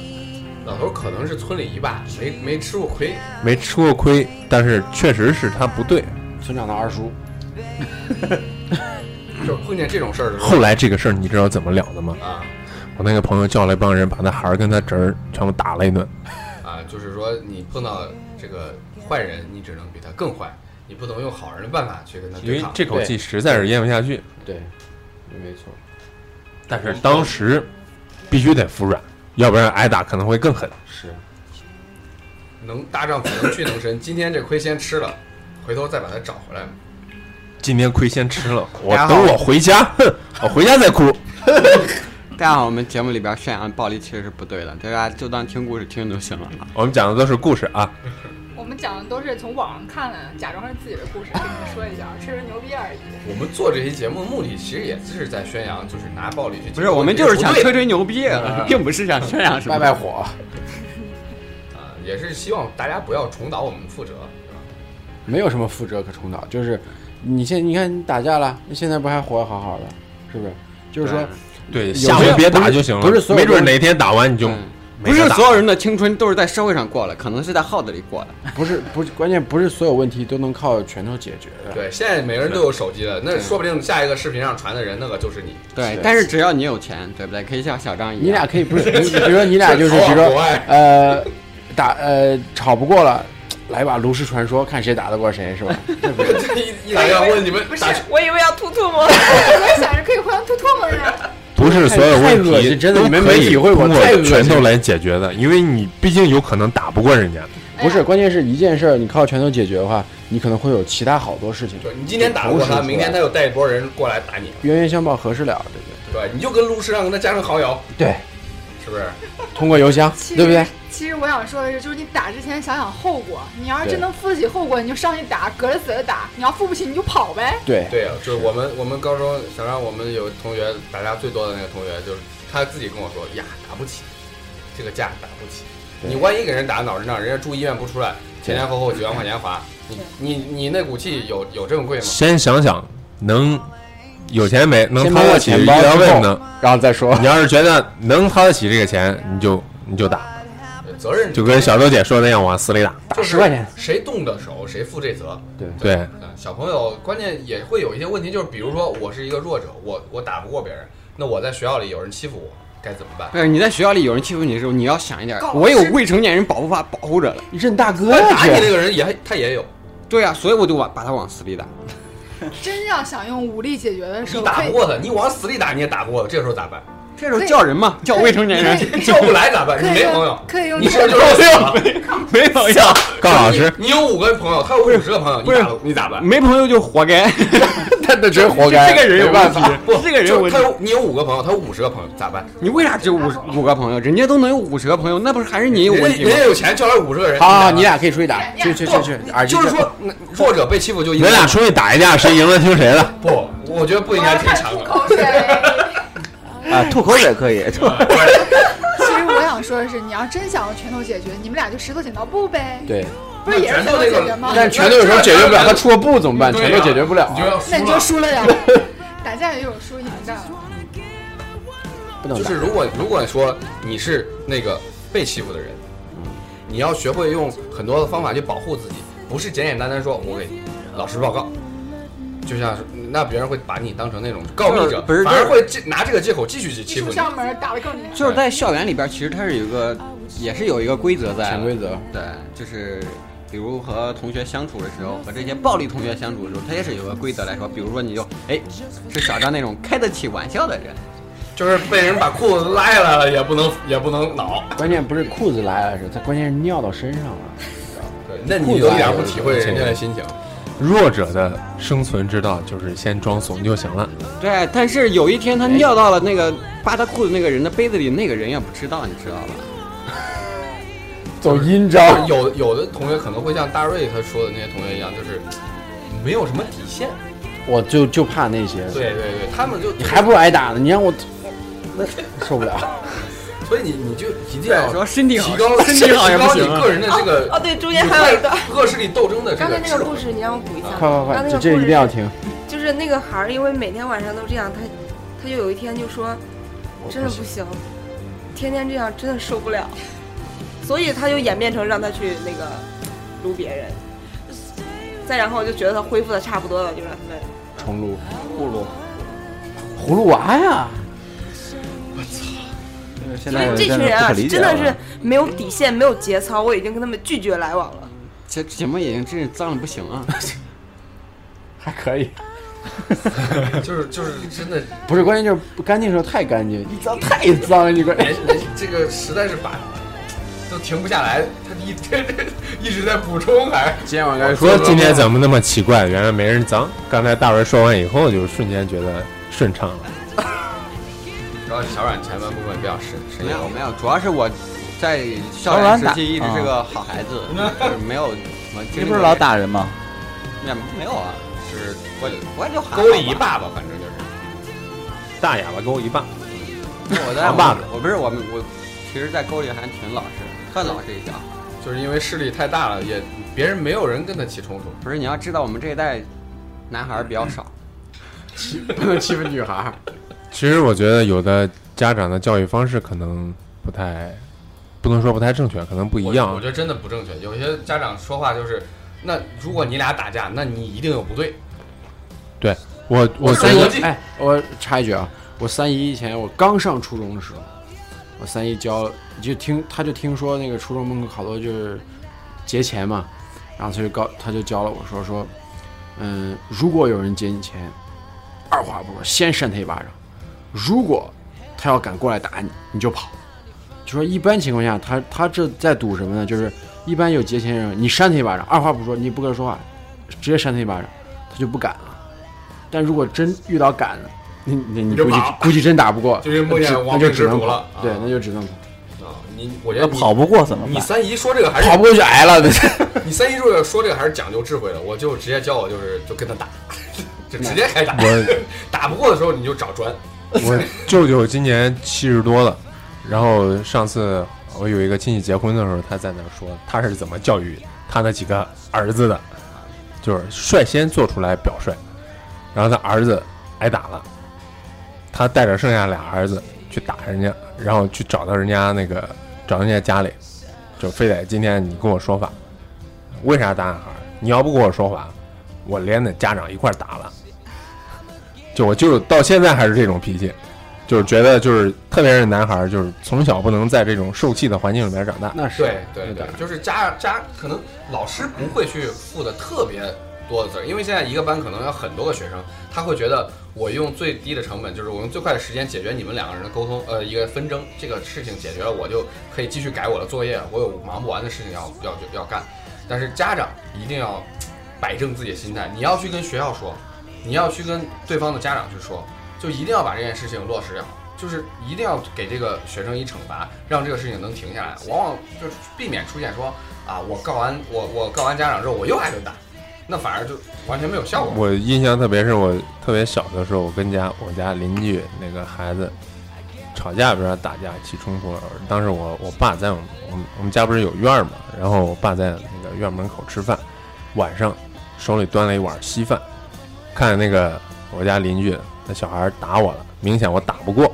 Speaker 1: 老头儿可能是村里一霸，没没吃过亏，
Speaker 4: 没吃过亏，但是确实是他不对。
Speaker 7: 村长的二叔，
Speaker 1: 就是碰见这种事儿的时候
Speaker 4: 后来这个事儿你知道怎么了的吗？
Speaker 1: 啊
Speaker 4: 我那个朋友叫了一帮人，把他孩儿跟他侄儿全部打了一顿。
Speaker 1: 啊，就是说你碰到这个坏人，你只能比他更坏，你不能用好人的办法去跟他
Speaker 4: 因
Speaker 1: 对
Speaker 4: 为
Speaker 1: 抗。
Speaker 4: 这口气实在是咽不下去，
Speaker 7: 对，没错，
Speaker 4: 但是当时必须得服软，要不然挨打可能会更狠。
Speaker 7: 是
Speaker 1: 能大丈夫能屈能伸，今天这亏先吃了，回头再把它找回来。
Speaker 4: 今天亏先吃了，我
Speaker 6: 然后
Speaker 4: 等我回家，哼，我回家再哭。
Speaker 6: 大家好，我们节目里边宣扬暴力其实是不对的，大家就当听故事听就行了啊。
Speaker 4: 我们讲的都是故事啊，
Speaker 2: 我们讲的都是从网上看的，假装是自己的故事跟你们说一下，吹吹牛逼啊而已。
Speaker 1: 我们做这期节目的目的，其实也是在宣扬，就是拿暴力去
Speaker 6: 不是，我们就是想吹吹牛逼啊
Speaker 1: 嗯，
Speaker 6: 并不是想宣扬什么。
Speaker 7: 拜拜火。
Speaker 1: 啊，也是希望大家不要重蹈我们覆辙，是吧？
Speaker 7: 没有什么覆辙可重蹈，就是你现你看你打架了，现在不还活得好好的，是不是？就是说，
Speaker 4: 对，
Speaker 7: 有
Speaker 4: 下回
Speaker 7: 些
Speaker 4: 别
Speaker 7: 不
Speaker 4: 打
Speaker 7: 是
Speaker 4: 就行了。
Speaker 7: 不是所有
Speaker 4: 没准
Speaker 7: 东西
Speaker 4: 哪天打完你就
Speaker 6: 嗯
Speaker 4: 没
Speaker 6: 不
Speaker 4: 得
Speaker 6: 是
Speaker 4: 打
Speaker 6: 所有人的青春都是在社会上过的，可能是在号子里过的。
Speaker 7: 不是不是，关键不是所有问题都能靠拳头解决的。
Speaker 1: 对，现在每个人都有手机了，那说不定下一个视频上传的人，那个就是你。
Speaker 6: 对
Speaker 7: 是，
Speaker 6: 但是只要你有钱，对不对？可以像小张一样。
Speaker 7: 你俩可以 不是，比如说你俩就是，比
Speaker 1: 逃往
Speaker 7: 如
Speaker 1: 国
Speaker 7: 说
Speaker 1: 外，
Speaker 7: 呃，打呃吵不过了，来把炉石传说，看谁打得过谁，是吧？对 不对？
Speaker 1: 一一打电话问你们
Speaker 3: 不是
Speaker 1: 打拳，
Speaker 3: 我以为要吐唾沫。
Speaker 2: 我也想着可以互相吐唾沫呀。
Speaker 4: 不是所有问
Speaker 7: 太恶
Speaker 4: 题
Speaker 7: 心真的
Speaker 4: 都
Speaker 7: 你们
Speaker 4: 可以
Speaker 7: 没体会过
Speaker 4: 通过
Speaker 7: 太恶心
Speaker 4: 拳头来解决的，因为你毕竟有可能打不过人家。
Speaker 7: 不
Speaker 2: 哎
Speaker 7: 是，关键是一件事儿，你靠拳头解决的话，你可能会有其他好多事情。
Speaker 1: 就是你今天打过
Speaker 7: 同时出
Speaker 1: 他，
Speaker 7: 来
Speaker 1: 明天他又带一波人过来打你，
Speaker 7: 冤冤相报何时了，对不
Speaker 1: 对，你就跟路石上跟他加上好友，
Speaker 7: 对？对，
Speaker 1: 是不是？
Speaker 7: 通过邮箱，
Speaker 2: 其实
Speaker 7: 对不对？
Speaker 2: 其实我想说的是，就是你打之前想想后果，你要是
Speaker 7: 对
Speaker 2: 真能付得起后果，你就上去打，隔着死的打；你要付不起，你就跑呗。
Speaker 7: 对，
Speaker 1: 对啊，就是我们我们高中想让我们有同学打架最多的那个同学，就是他自己跟我说呀，打不起，这个架打不起。
Speaker 7: 对
Speaker 1: 你万一给人打脑震荡，人家住医院不出来，前前后后几万块钱罚你，你你那股气有有这么贵吗？
Speaker 4: 先想想能有钱没能
Speaker 7: 先
Speaker 4: 掏
Speaker 7: 摸摸
Speaker 4: 得起
Speaker 7: 钱
Speaker 4: 医
Speaker 7: 包
Speaker 4: 疗
Speaker 7: 之
Speaker 4: 费
Speaker 7: 后
Speaker 4: 呢？
Speaker 7: 然后再说。
Speaker 4: 你要是觉得能掏得起这个钱，你就你就打，
Speaker 2: 嗯
Speaker 1: 责任
Speaker 4: 就跟小周姐说的那样往死里打。
Speaker 1: 就是
Speaker 7: 10块钱
Speaker 1: 谁动的手谁负这责。
Speaker 4: 对，
Speaker 1: 嗯，小朋友关键也会有一些问题，就是比如说我是一个弱者，我我打不过别人，那我在学校里有人欺负我，该怎么办？
Speaker 6: 不是你在学校里有人欺负你的时候，你要想一点
Speaker 2: 告，
Speaker 6: 我有
Speaker 2: 知
Speaker 6: 未成年人保护法保护着了。
Speaker 7: 你认大哥
Speaker 1: 但打你那个人也还他也有，
Speaker 6: 对啊，所以我就往把他往死里打。
Speaker 2: 真要想用武力解决的时
Speaker 1: 你
Speaker 2: 候，
Speaker 1: 打
Speaker 2: 可
Speaker 1: 不
Speaker 2: 以
Speaker 1: 过他，你往死里打你也打不过他，这时候咋办？
Speaker 6: 这时候叫人嘛，叫未成年人，
Speaker 1: 你 叫不来咋办？你
Speaker 2: 可以
Speaker 1: 没
Speaker 2: 用
Speaker 1: 朋友，
Speaker 2: 可以用
Speaker 1: 你
Speaker 2: 这
Speaker 1: 这
Speaker 2: 个
Speaker 1: 就是死了。
Speaker 6: 没朋友，
Speaker 4: 告老师，
Speaker 1: 你，你有五个朋友，他有五十个朋友，你
Speaker 6: 不是
Speaker 1: 打了你咋办？
Speaker 6: 没朋友就活该。
Speaker 7: 他那真活 该，
Speaker 6: 这个人有
Speaker 7: 没办
Speaker 6: 问题
Speaker 7: 法。，
Speaker 1: 不，
Speaker 6: 这个人有
Speaker 1: 就是
Speaker 6: 问
Speaker 1: 他
Speaker 6: 题。
Speaker 1: 有你有五个朋友，他有五十个朋友，咋办？
Speaker 6: 你为啥只有五十五个朋友？人家都能有五十个朋友，那不是还是你有
Speaker 1: 人
Speaker 6: 问
Speaker 1: 家
Speaker 6: 题吗
Speaker 1: 人？家有钱，叫来五十个人。
Speaker 7: 好好，
Speaker 1: 咋办
Speaker 7: 你俩可以出去打，
Speaker 2: 你俩
Speaker 7: 去去
Speaker 1: 不
Speaker 7: 去去，耳机
Speaker 1: 就是
Speaker 7: 这
Speaker 1: 说，那弱者被欺负就应
Speaker 4: 你
Speaker 1: 该
Speaker 4: 们俩出去打一架，谁赢了听谁的？
Speaker 1: 不，我觉得不应该
Speaker 2: 我
Speaker 1: 听
Speaker 2: 看
Speaker 1: 强
Speaker 2: 吐
Speaker 1: 哥。
Speaker 2: 口水。
Speaker 5: 啊，吐口水可以，吐
Speaker 2: 其实我想说的是，你要真想用拳头解决，你们俩就石头剪刀布呗，
Speaker 7: 对，
Speaker 2: 不是也是
Speaker 1: 拳
Speaker 2: 石
Speaker 1: 头
Speaker 2: 头
Speaker 1: 那
Speaker 2: 解
Speaker 1: 个
Speaker 2: 决吗？
Speaker 7: 但是拳头有时候解决不了，他出个布怎么办？
Speaker 1: 对呀啊
Speaker 7: 拳头解决不了啊，
Speaker 1: 你就要
Speaker 2: 那你
Speaker 1: 输
Speaker 2: 就
Speaker 1: 了。
Speaker 2: 输了呀。打架也有输赢的，
Speaker 7: 不能
Speaker 1: 就
Speaker 7: 打
Speaker 1: 是。如果如果说你是那个被欺负的人，嗯你要学会用很多的方法去保护自己，不是简简单单说我给老师报告。就像是那别人会把你当成那种告密者，
Speaker 6: 不是
Speaker 1: 反
Speaker 6: 就
Speaker 1: 而
Speaker 6: 是
Speaker 1: 会这拿这个借口继续去
Speaker 2: 一
Speaker 1: 欺负
Speaker 2: 出
Speaker 1: 你。
Speaker 2: 校门打得更厉害。
Speaker 6: 就是在校园里边，其实它是有一个，也是有一个规则在
Speaker 7: 潜
Speaker 6: 的。
Speaker 7: 规则，
Speaker 6: 对，就是比如和同学相处的时候，和这些暴力同学相处的时候，他也是有个规则来说，比如说你就哎，是小张那种开得起玩笑的人，
Speaker 1: 就是被人把裤子拉下来了， 也不能也不能挠。
Speaker 7: 关键不是裤子来了是，他关键是尿到身上了。
Speaker 1: 对，那你就一点不体会人家的心情。
Speaker 4: 弱者的生存之道就是先装怂就行了。
Speaker 6: 对，但是有一天他尿到了那个扒他裤子那个人的杯子里，那个人也不知道，你知道吧？
Speaker 7: 走阴
Speaker 1: 就是
Speaker 7: 招，
Speaker 1: 有有的同学可能会像大瑞他说的那些同学一样，就是没有什么底线。
Speaker 7: 我就就怕那些。
Speaker 1: 对对对，他们就
Speaker 7: 你还不如挨打呢，你让我，那 受不了。
Speaker 1: 所以你你就一定要
Speaker 6: 说身体
Speaker 1: 提
Speaker 6: 好，
Speaker 1: 高
Speaker 6: 身体好也不行
Speaker 1: 提高你个人的这个
Speaker 3: 哦，对，中间还有一段。
Speaker 1: 恶势力斗争的这
Speaker 3: 刚才
Speaker 1: 个
Speaker 3: 那
Speaker 1: 智
Speaker 3: 个
Speaker 1: 慧
Speaker 3: 故。事，你让我补一下。
Speaker 7: 快快快，
Speaker 3: 刚才那
Speaker 7: 这
Speaker 3: 个
Speaker 7: 这
Speaker 3: 故
Speaker 7: 一
Speaker 3: 事
Speaker 7: 定要听。
Speaker 3: 就是那个孩儿，因为每天晚上都这样，他他就有一天就说，真的不行，天天这样真的受不了，所以他就演变成让他去那个撸别人，再然后就觉得他恢复的差不多了，就让他们
Speaker 7: 重录，葫芦，葫芦娃呀，
Speaker 5: 现
Speaker 3: 所
Speaker 5: 在
Speaker 3: 以这群人啊，真的是没有底线，没有节操，我已经跟他们拒绝来往了。
Speaker 6: 这节目已经真是脏的不行啊！
Speaker 7: 还可以。
Speaker 1: 就是就是真的，
Speaker 7: 不是，关键就是不干净的时候太干净，一脏太脏了，你关键
Speaker 1: 人人这个实在是把都停不下来，他一一 直在补充还。
Speaker 7: 今天晚上
Speaker 4: 说今天怎么那么奇怪？原来没人脏。刚才大文说完以后，就瞬间觉得顺畅了。
Speaker 1: 然后小冉前半部分比较神神
Speaker 6: 没有
Speaker 1: 游，
Speaker 6: 没有，主要是我在校园时期一直是个好孩子，就是没有什么
Speaker 5: 啊你
Speaker 6: 经历过。
Speaker 5: 不是老打人吗？
Speaker 6: 也没有啊，
Speaker 1: 是
Speaker 6: 我我也就还好吧
Speaker 1: 勾了一爸爸，反正就是。
Speaker 4: 大哑巴给我一棒，
Speaker 6: 我在
Speaker 4: 扛把子
Speaker 6: 我不是我们我，其实，在沟里还挺老实，特老实一点。啊
Speaker 1: 就是因为势力太大了，也别人没有人跟他起冲突。
Speaker 6: 不是你要知道，我们这一代男孩儿比较少，
Speaker 7: 不能 欺负女孩儿？
Speaker 4: 其实我觉得有的家长的教育方式可能不太，不能说不太正确，可能不一
Speaker 1: 我
Speaker 4: 样啊
Speaker 1: 觉。得真的不正确。有些家长说话就是，那如果你俩打架，那你一定有不对。
Speaker 4: 我我
Speaker 1: 我
Speaker 4: 觉
Speaker 1: 三
Speaker 7: 三
Speaker 1: 姨
Speaker 4: 得
Speaker 1: 觉
Speaker 7: 姨，哎，我插一句啊，我三姨以前我刚上初中的时候，我三姨教就听，她就听说那个初中门口好多就是劫钱嘛，然后她就告，她就教了我说说，嗯，如果有人劫你钱，二话不说先扇他一巴掌，如果他要敢过来打你，你就跑。就说一般情况下，他他这在赌什么呢？就是一般有劫钱人，你扇他一巴掌，二话不说，你不跟他说话，直接扇他一巴掌，他就不敢了。但如果真遇到敢的，你
Speaker 1: 你
Speaker 7: 你你
Speaker 1: 就
Speaker 7: 估计
Speaker 1: 跑
Speaker 7: 估计真打不过，
Speaker 1: 就是梦见
Speaker 7: 那只
Speaker 1: 亡
Speaker 7: 那就
Speaker 1: 命
Speaker 7: 只
Speaker 1: 之
Speaker 7: 能
Speaker 1: 徒了
Speaker 7: 跑对
Speaker 1: 啊，
Speaker 7: 那就只能跑
Speaker 1: 啊，你我觉
Speaker 5: 那
Speaker 1: 得你
Speaker 5: 跑不过怎么
Speaker 1: 你
Speaker 5: 办？
Speaker 1: 三姨说这个还是
Speaker 7: 跑不过去挨了。
Speaker 1: 你三姨说这个说这个还是讲究智慧的。我就直接教我就是就跟他打，就直接开打。
Speaker 4: 我
Speaker 1: 打不过的时候你就找砖。
Speaker 4: 我舅舅今年七十多了，然后上次我有一个亲戚结婚的时候，他在那儿说他是怎么教育他那几个儿子的，就是率先做出来表率，然后他儿子挨打了，他带着剩下俩儿子去打人家，然后去找到人家那个找人家家里，就非得今天你跟我说法，为啥打俺孩儿？你要不跟我说法，我连那家长一块儿打了。就我就到现在还是这种脾气，就是觉得就是特别是男孩儿，就是从小不能在这种受气的环境里面长大。
Speaker 7: 那是
Speaker 1: 对对对，就是家家可能老师不会去负的特别多的责任，因为现在一个班可能有很多个学生，他会觉得我用最低的成本，就是我用最快的时间解决你们两个人的沟通，呃，一个纷争，这个事情解决了，我就可以继续改我的作业，我有忙不完的事情要要要干。但是家长一定要摆正自己的心态，你要去跟学校说，你要去跟对方的家长去说，就一定要把这件事情落实掉，就是一定要给这个学生以惩罚，让这个事情能停下来。往往就是避免出现说啊，我告完我我告完家长之后我又挨顿打，那反而就完全没有效果。
Speaker 4: 我印象特别是我特别小的时候，我跟家我家邻居那个孩子吵架，不知道打架起冲突了。当时我我爸在我们我们我们家不是有院儿嘛，然后我爸在那个院门口吃饭，晚上手里端了一碗稀饭，看那个我家邻居那小孩打我了，明显我打不过，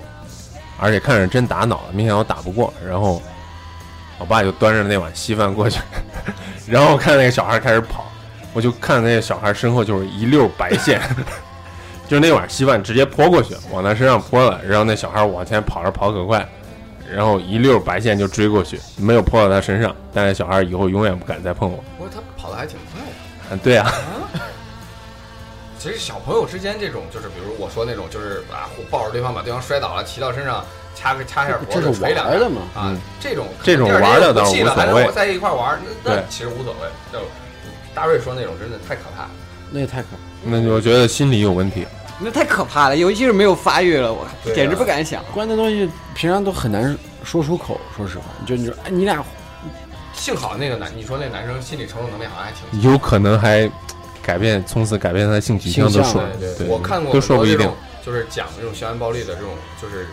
Speaker 4: 而且看着真打恼了，明显我打不过，然后我爸就端着那碗稀饭过去， 然后看那个小孩开始跑。我就看那个小孩身后就是一溜白线， 就是那碗稀饭直接泼过去，往他身上泼了，然后那小孩往前跑着跑可快，然后一溜白线就追过去，没有泼到他身上，但是小孩以后永远不敢再碰我。
Speaker 1: 不过他跑的还挺快的。
Speaker 4: 啊，对啊，
Speaker 1: 其实小朋友之间这种就是，比如我说那种就是啊，抱着对方把对方摔倒了，骑到身上掐个掐一下脖
Speaker 7: 这
Speaker 1: 子，
Speaker 7: 是
Speaker 1: 捶两
Speaker 7: 玩
Speaker 1: 下
Speaker 7: 的嘛？
Speaker 1: 啊，这种
Speaker 4: 嗯这种玩的倒
Speaker 1: 第二天就不气
Speaker 4: 是无所谓
Speaker 1: 了还能我在一块玩，那那
Speaker 4: 对
Speaker 1: 其实无所谓。就大瑞说那种真的太可怕了。
Speaker 7: 那也太可
Speaker 4: 那我觉得心理有问题。
Speaker 6: 那太可怕了，尤其是没有发育了，我
Speaker 1: 对啊
Speaker 6: 简直不敢想。
Speaker 7: 关键东西平常都很难说出口，说实话，就你说，哎，你俩
Speaker 1: 幸好那个男，你说那男生心理承受能力好像还挺强。
Speaker 4: 有可能还改变，从此改变他性取向都
Speaker 7: 性向
Speaker 4: 说
Speaker 7: 对，
Speaker 1: 对
Speaker 4: 对，
Speaker 1: 我看过
Speaker 4: 都
Speaker 1: 很
Speaker 4: 说
Speaker 1: 多
Speaker 4: 不一
Speaker 1: 这
Speaker 4: 定
Speaker 1: 种。，就是讲这种校园暴力的这种，就是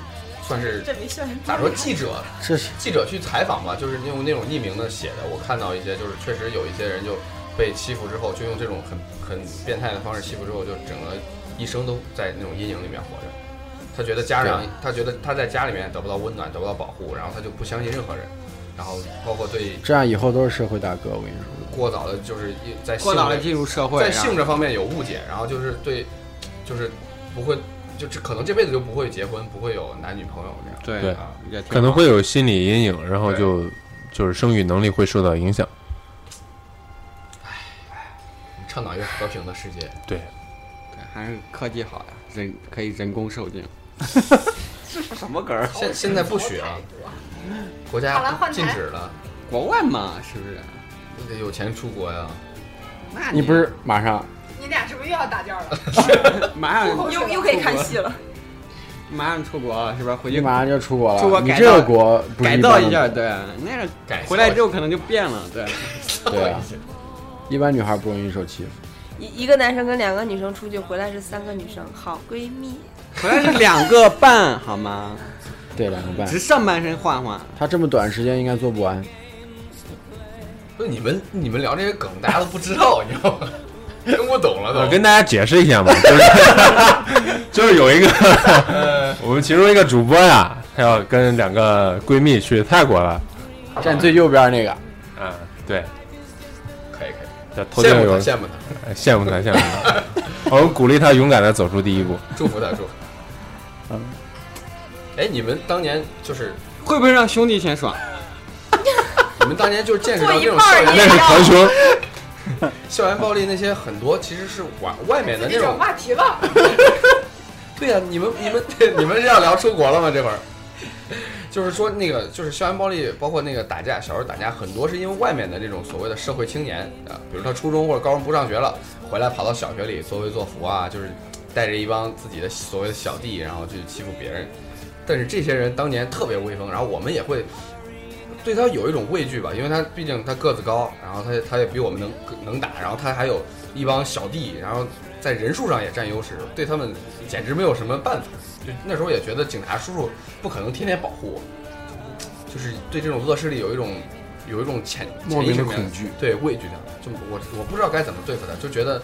Speaker 1: 算是
Speaker 3: 这没事儿。
Speaker 1: 咋说记者
Speaker 7: 这是
Speaker 1: 记者去采访嘛，就是用那种匿名的写的。我看到一些，就是确实有一些人就被欺负之后，就用这种很很变态的方式欺负之后，就整个一生都在那种阴影里面活着。他觉得家长，他觉得他在家里面得不到温暖，得不到保护，然后他就不相信任何人，然后包括对
Speaker 7: 这样以后都是社会大哥，我跟你说，
Speaker 1: 过早的，就是一在
Speaker 6: 过
Speaker 1: 性
Speaker 6: 早
Speaker 1: 格
Speaker 6: 的进入社会，
Speaker 1: 在
Speaker 6: 然后
Speaker 1: 性这方面有误解，然后就是对，就是不会，就这可能这辈子就不会结婚，不会有男女朋友这样。
Speaker 6: 对
Speaker 4: 对
Speaker 1: 啊，
Speaker 6: 也挺
Speaker 4: 可能
Speaker 6: 好
Speaker 4: 会有心理阴影，然后就就是生育能力会受到影响。
Speaker 1: 倡导一个和平的世界。
Speaker 4: 对，
Speaker 6: 还是科技好呀，人可以人工受精。
Speaker 5: 什么梗儿？
Speaker 1: 现现在不许啊，国
Speaker 2: 好了
Speaker 1: 家
Speaker 2: 换台
Speaker 1: 禁止了，
Speaker 6: 国外嘛，是不是？
Speaker 1: 你得有钱出国呀。
Speaker 6: 那
Speaker 7: 你不是马上
Speaker 2: 你俩是不是又要打架了？
Speaker 6: 马上
Speaker 3: 又又可以看戏了，
Speaker 6: 马上出国了，是不是？回
Speaker 7: 你
Speaker 6: 去
Speaker 7: 马上就出国了，
Speaker 6: 出国
Speaker 7: 你
Speaker 6: 改
Speaker 7: 这个
Speaker 6: 造
Speaker 7: 国不是
Speaker 6: 改
Speaker 7: 一
Speaker 6: 造
Speaker 7: 般
Speaker 6: 一
Speaker 7: 的
Speaker 6: 下，对，那是
Speaker 1: 改造
Speaker 6: 回来之后可能就变了，对。
Speaker 7: 对啊，一般女孩不容易受欺负。
Speaker 3: 一一个男生跟两个女生出去，回来是三个女生，好闺蜜。
Speaker 6: 回来是两个半，好 吗？
Speaker 7: 对，两个半
Speaker 6: 只，上半身换换，
Speaker 7: 他这么短时间应该做不完。
Speaker 1: 不是你们你们聊这些梗，大家都不知道，你知道吗？听不懂了都。
Speaker 4: 我呃跟大家解释一下嘛，就是 就是有一个我们其中一个主播呀、她要跟两个闺蜜去泰国了，
Speaker 7: 站最右边那个，
Speaker 4: 啊，对，
Speaker 1: 可以可
Speaker 4: 叫头
Speaker 1: 以，
Speaker 4: 顶
Speaker 1: 羡慕
Speaker 4: 有
Speaker 1: 他羡慕他，
Speaker 4: 哎羡慕她羡慕她， 我们鼓励她勇敢的走出第一步。
Speaker 1: 祝福他祝福他
Speaker 5: 嗯。
Speaker 1: 哎，你们当年就是
Speaker 6: 会不会让兄弟先爽？
Speaker 1: 你们当年就是见识到这种校
Speaker 3: 做一半儿
Speaker 4: 那
Speaker 1: 园
Speaker 4: 是堂兄，
Speaker 1: 校园暴力那些很多，其实是外外面 的那
Speaker 2: 这
Speaker 1: 种
Speaker 2: 种话题了，
Speaker 1: 对呀、你们你们 你们是要聊出国了吗？这会儿，就是说那个就是校园暴力，包括那个打架，小时候打架很多是因为外面的那种所谓的社会青年啊，比如他初中或者高中不上学了，回来跑到小学里作威作福啊，就是带着一帮自己的所谓的小弟，然后去欺负别人。但是这些人当年特别威风，然后我们也会对他有一种畏惧吧，因为他毕竟他个子高，然后他他也比我们能能打，然后他还有一帮小弟，然后在人数上也占优势，对他们简直没有什么办法。就那时候也觉得警察叔叔不可能天天保护我，就是对这种恶势力有一种有一种潜
Speaker 7: 莫名
Speaker 1: 潜意
Speaker 7: 的
Speaker 1: 识里面
Speaker 7: 恐惧
Speaker 1: 对畏惧感，就我我不知道该怎么对付他，就觉得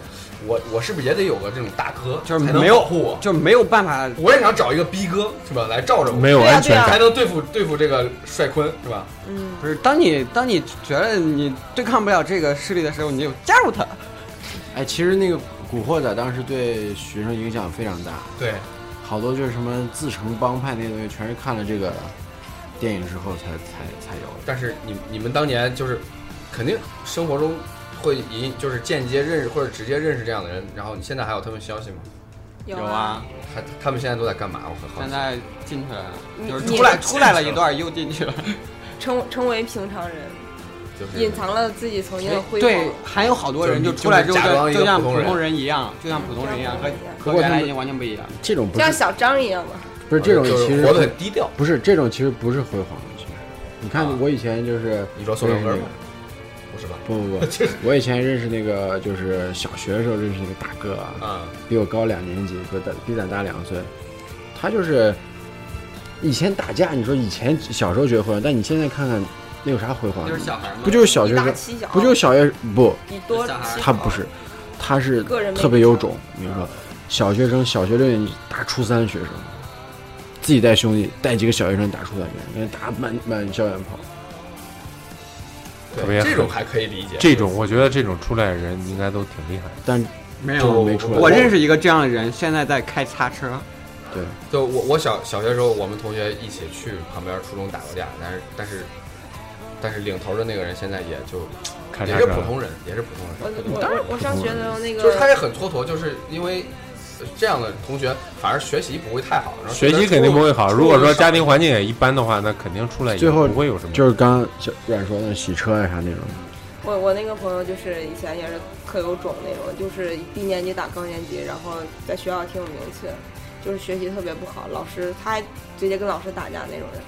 Speaker 1: 我我是不是也得有个这种大哥，
Speaker 6: 就是
Speaker 1: 才能
Speaker 6: 没有
Speaker 1: 保护我，
Speaker 6: 就是没有办法，
Speaker 1: 我也想找一个逼哥是吧，来罩着我，
Speaker 4: 没有
Speaker 3: 对啊
Speaker 4: 安全
Speaker 3: 对啊
Speaker 4: 感
Speaker 1: 才。能对付对付这个帅坤是吧？
Speaker 3: 嗯，
Speaker 6: 不是当你当你觉得你对抗不了这个势力的时候，你就加入他。
Speaker 7: 哎，其实那个《古惑仔》当时对学生影响非常大，
Speaker 1: 对，
Speaker 7: 好多就是什么自成帮派那些东西，全是看了这个电影之后才才才有的。
Speaker 1: 但是你你们当年就是肯定生活中会隐就是间接认识或者直接认识这样的人，然后你现在还有他们消息吗？
Speaker 3: 有，，啊
Speaker 6: 啊
Speaker 1: 还他们现在都在干嘛？我很好
Speaker 6: 现
Speaker 1: 奇。
Speaker 6: 在进去了，就是
Speaker 3: 你
Speaker 6: 出来
Speaker 1: 你
Speaker 6: 出来了一段又进去了。
Speaker 3: 成成为平常人，
Speaker 1: 就是
Speaker 3: 隐藏了自己曾经的辉煌。
Speaker 6: 哎对，还有好多人
Speaker 1: 就
Speaker 6: 就是出来之后
Speaker 1: 假装
Speaker 6: 就
Speaker 1: 一个
Speaker 6: 就像
Speaker 1: 普通
Speaker 6: 普
Speaker 1: 人
Speaker 6: 通人一样，就像普通人一样，和
Speaker 7: 不
Speaker 6: 和
Speaker 7: 过
Speaker 6: 原
Speaker 7: 他
Speaker 6: 来
Speaker 7: 们
Speaker 6: 已经完全不一样。
Speaker 7: 这种不
Speaker 3: 像
Speaker 7: 是
Speaker 3: 小张一样嘛。
Speaker 7: 不是这种，
Speaker 1: 就是
Speaker 7: 其实
Speaker 1: 活得很低调。
Speaker 7: 不是这种，其实不是辉煌。其实你看
Speaker 1: 啊，
Speaker 7: 我以前 就是
Speaker 1: 你说塑料
Speaker 7: 认识
Speaker 1: 哥
Speaker 7: 那
Speaker 1: 吗
Speaker 7: 个？
Speaker 1: 不是吧？
Speaker 7: 不不不，我以前认识那个，就是小学的时候认识那个大哥啊，
Speaker 1: 啊，
Speaker 7: 比我高两年级，比我大比咱大两岁。他就是以前打架，你说以前小时候觉得辉煌，但你现在看看，那有啥辉煌
Speaker 6: 就？是小孩嘛，
Speaker 7: 不就是小学
Speaker 3: 以大
Speaker 7: 生？
Speaker 3: 欺小，
Speaker 7: 不就是小学不？
Speaker 3: 以多
Speaker 6: 小孩
Speaker 3: 欺
Speaker 7: 他
Speaker 3: 少
Speaker 7: 不是，他是
Speaker 3: 个人魅力
Speaker 7: 特别有种。我跟你说，小学生小学六年级打初三学生，自己带兄弟带几个小学生打初三学生，人家打满满校园跑。
Speaker 4: 特别
Speaker 1: 对，这种还可以理解。
Speaker 4: 这种我觉得这种出来的人应该都挺厉害的。
Speaker 7: 但
Speaker 6: 没
Speaker 7: 就是没出来
Speaker 6: 哎我认识一个这样的人，现在在开叉车，
Speaker 7: 对，
Speaker 1: 就我我小小学时候，我们同学一起去旁边初中打过架，但是但是但是领头的那个人现在也就
Speaker 4: 开
Speaker 1: 也
Speaker 4: 叉
Speaker 1: 是
Speaker 4: 车
Speaker 1: 普通人，也是普通
Speaker 3: 我
Speaker 1: 人，
Speaker 7: 嗯
Speaker 1: 他就
Speaker 3: 呃我我我上学的时候那个，
Speaker 1: 就是他也很蹉跎，就是因为这样的同学反而学习不会太好，然后
Speaker 4: 学习肯定不会好。
Speaker 1: 出
Speaker 4: 如果说家庭环境也一般的话，那肯定出来也
Speaker 7: 最后
Speaker 4: 不会有什么。
Speaker 7: 就是刚刚小软说的洗车呀、啊啥那种，
Speaker 3: 我我那个朋友就是以前也是特有种那种，就是低年级打高年级，然后在学校挺有名气，就是学习特别不好，老师他还直接跟老师打架那种人。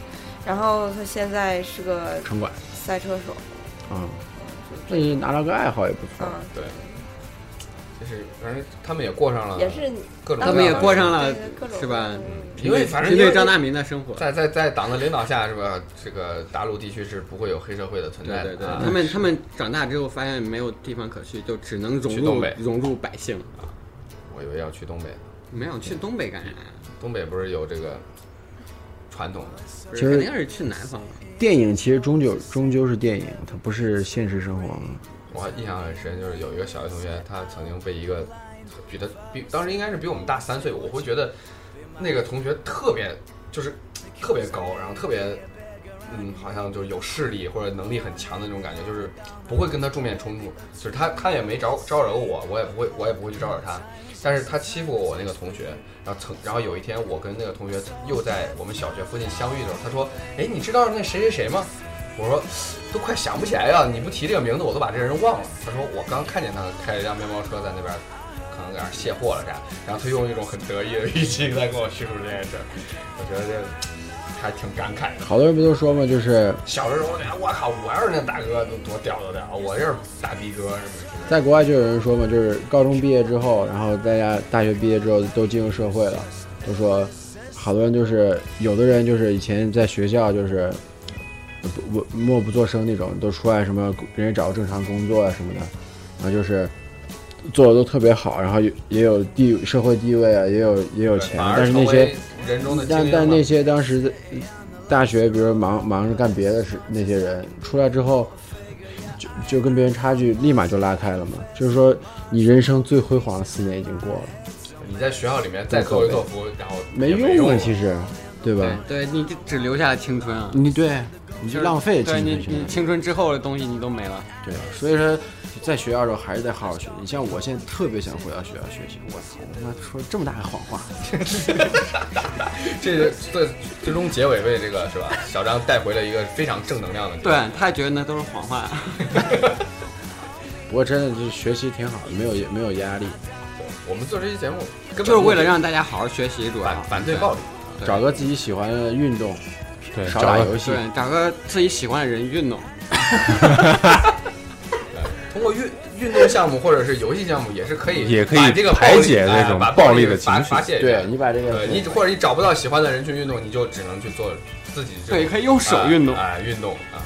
Speaker 3: 然后他现在是个
Speaker 7: 城管
Speaker 3: 赛车手，
Speaker 7: 啊，那你拿到个爱好也不错
Speaker 3: 嗯。，
Speaker 1: 就是反正他们也过
Speaker 6: 啊
Speaker 1: 上了
Speaker 3: 也是
Speaker 1: 各种
Speaker 6: 他们也过上
Speaker 1: 了，
Speaker 6: 了
Speaker 3: 对各，种嗯
Speaker 6: 是吧？
Speaker 1: 因为反正
Speaker 6: 针
Speaker 1: 因为
Speaker 6: 对张大民的生活，
Speaker 1: 在在在党的领导下是吧？这个达鲁地区是不会有黑社会的存
Speaker 6: 对
Speaker 1: 在
Speaker 6: 对
Speaker 1: 的
Speaker 6: 对，
Speaker 1: 啊。
Speaker 6: 他们他们长大之后发现没有地方可去，就只能融
Speaker 1: 去东
Speaker 6: 入
Speaker 1: 北
Speaker 6: 融入百姓。
Speaker 1: 我以为要去东北，
Speaker 6: 没有去东北干啥呀？
Speaker 1: 东北不是有这个传统的？
Speaker 6: 不
Speaker 7: 其
Speaker 6: 是
Speaker 7: 实
Speaker 6: 肯定是去南方了。
Speaker 7: 电影其实终究终究是电影，它不是现实生活。
Speaker 1: 我还印象很深，就是有一个小学同学，他曾经被一个比他比当时应该是比我们大三岁，我会觉得那个同学特别就是特别高，然后特别嗯，好像就是有势力或者能力很强的那种感觉，就是不会跟他正面冲突，就是他他也没招招惹我，我也不会我也不会去招惹他，但是他欺负过我那个同学，然后曾然后有一天我跟那个同学又在我们小学附近相遇的时候，他说，哎，你知道那谁谁谁吗？我说都快想不起来了，你不提这个名字我都把这人忘了。他说我刚看见他开了一辆面包车在那边。可能在那儿卸货了啥，然后他用一种很得意的语气在跟我叙述这件事儿，我觉得这还挺感慨的。
Speaker 7: 好多人不都说嘛，就是
Speaker 1: 小的时候，我觉得我靠，我要是那大哥，都多屌多屌！我这是大逼哥什么
Speaker 7: 在国外就有人说嘛，就是高中毕业之后，然后大家大学毕业之后都进入社会了，都说好多人就是有的人就是以前在学校就是呃不不默不作声那种，都出来什么人家找个正常工作啊什么的，然后就是做的都特别好，然后也也有地社会地位啊，也有也有
Speaker 1: 的，
Speaker 7: 钱
Speaker 1: 反，而
Speaker 7: 但是
Speaker 1: 成
Speaker 7: 那些
Speaker 1: 为人中的精
Speaker 7: 但
Speaker 1: 英
Speaker 7: 但
Speaker 1: 嘛
Speaker 7: 那些当时的大学，比如说忙忙着干别的事，那些人出来之后，就就跟别人差距立马就拉开了嘛。就是说，你人生最辉煌的四年已经过了，
Speaker 1: 你在学校里面再作威作福，然后
Speaker 7: 没
Speaker 1: 也
Speaker 7: 用
Speaker 1: 用
Speaker 7: 啊，其实，对吧？
Speaker 6: 对，你只只留下了青春啊，
Speaker 7: 你对，你
Speaker 6: 就
Speaker 7: 就是浪费青
Speaker 6: 对你
Speaker 7: 春
Speaker 6: 你
Speaker 7: 去了。
Speaker 6: 青春之后的东西你都没了。
Speaker 7: 对，所以说，在学校的时候还是得好好学习。你像我现在特别想回到学校学习，我操，我他妈说这么大个谎话，
Speaker 1: 这个最最终结尾被这个是吧？小张带回了一个非常正能量的。
Speaker 6: 对，他觉得那都是谎 话。
Speaker 7: 不过真的就是学习挺好的，没有没有压力，
Speaker 1: 我们做这期节目根本
Speaker 6: 就是为了让大家好好学习，主要
Speaker 1: 反反对暴力。
Speaker 6: 对
Speaker 7: 找个自己喜欢的运动，
Speaker 4: 对，
Speaker 7: 少
Speaker 4: 找
Speaker 7: 打
Speaker 4: 个
Speaker 7: 游戏。
Speaker 6: 对，找个自己喜欢的人运动。
Speaker 1: 通过运运动项目或者是游戏项目，也是可以
Speaker 4: 也可以
Speaker 1: 把这个暴力
Speaker 4: 排解那
Speaker 1: 哎
Speaker 4: 种
Speaker 1: 把
Speaker 4: 暴力的
Speaker 1: 发
Speaker 4: 情绪
Speaker 1: 发泄一下
Speaker 7: 对你把这个
Speaker 1: 对你或者你找不到喜欢的人去运动，你就只能去做自己这种
Speaker 6: 呃
Speaker 1: 啊
Speaker 6: 对，可以用手运动。
Speaker 1: 哎，运动啊，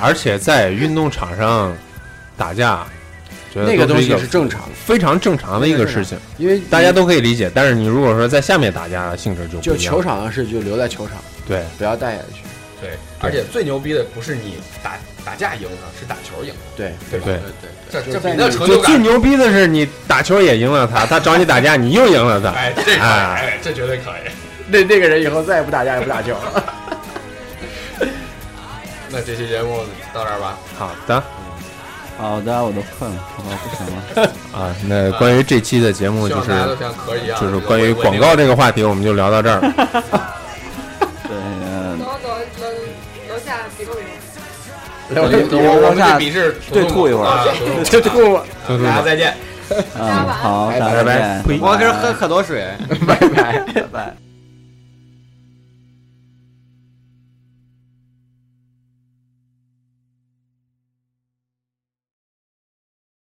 Speaker 4: 而且在运动场上打架，觉得
Speaker 7: 那个
Speaker 4: 都
Speaker 7: 东
Speaker 4: 是一
Speaker 7: 西
Speaker 4: 个
Speaker 7: 是正常的，
Speaker 4: 非常正常的一个事情，
Speaker 7: 因为
Speaker 4: 大家都可以理解。但是你如果说在下面打架，性质就不
Speaker 7: 就
Speaker 4: 一样
Speaker 7: 球场的事就留在球场，
Speaker 4: 对
Speaker 7: 不要带下去。
Speaker 1: 对，而且最牛逼的不是你打打架赢了，是打球赢了，
Speaker 7: 对，
Speaker 1: 对吧？
Speaker 4: 对
Speaker 1: 这
Speaker 7: 就
Speaker 1: 这
Speaker 7: 在
Speaker 1: 比那
Speaker 7: 你
Speaker 1: 成
Speaker 4: 就
Speaker 1: 就
Speaker 4: 最
Speaker 1: 感，
Speaker 4: 牛逼的是你打球也赢了他，他找你打架你又赢了他，
Speaker 1: 哎，这可以，
Speaker 4: 哎
Speaker 1: 哎，这绝对可以。
Speaker 7: 那那个人以后再也不打架也不打球。
Speaker 1: 那这期节目到这儿吧，
Speaker 4: 好的。
Speaker 5: 好的，我都困了，我不行了。
Speaker 4: 啊，那关于这期的节目
Speaker 1: 希
Speaker 4: 就
Speaker 1: 望大家都
Speaker 4: 是
Speaker 1: 像可以啊，
Speaker 4: 就是关于广告这个话题，我们就聊到 这儿。
Speaker 5: 对， 嗯
Speaker 2: 走走楼楼下比个五，
Speaker 1: 我
Speaker 7: 我
Speaker 1: 们这，
Speaker 7: 们
Speaker 1: 我我们这笔试
Speaker 5: 对吐一会儿
Speaker 1: 啊，
Speaker 7: 这吐我，
Speaker 1: 吐吐大家再见。
Speaker 5: 嗯，好，大家再
Speaker 4: 拜拜
Speaker 5: 见，
Speaker 6: 我要是喝可多水。
Speaker 5: 拜拜。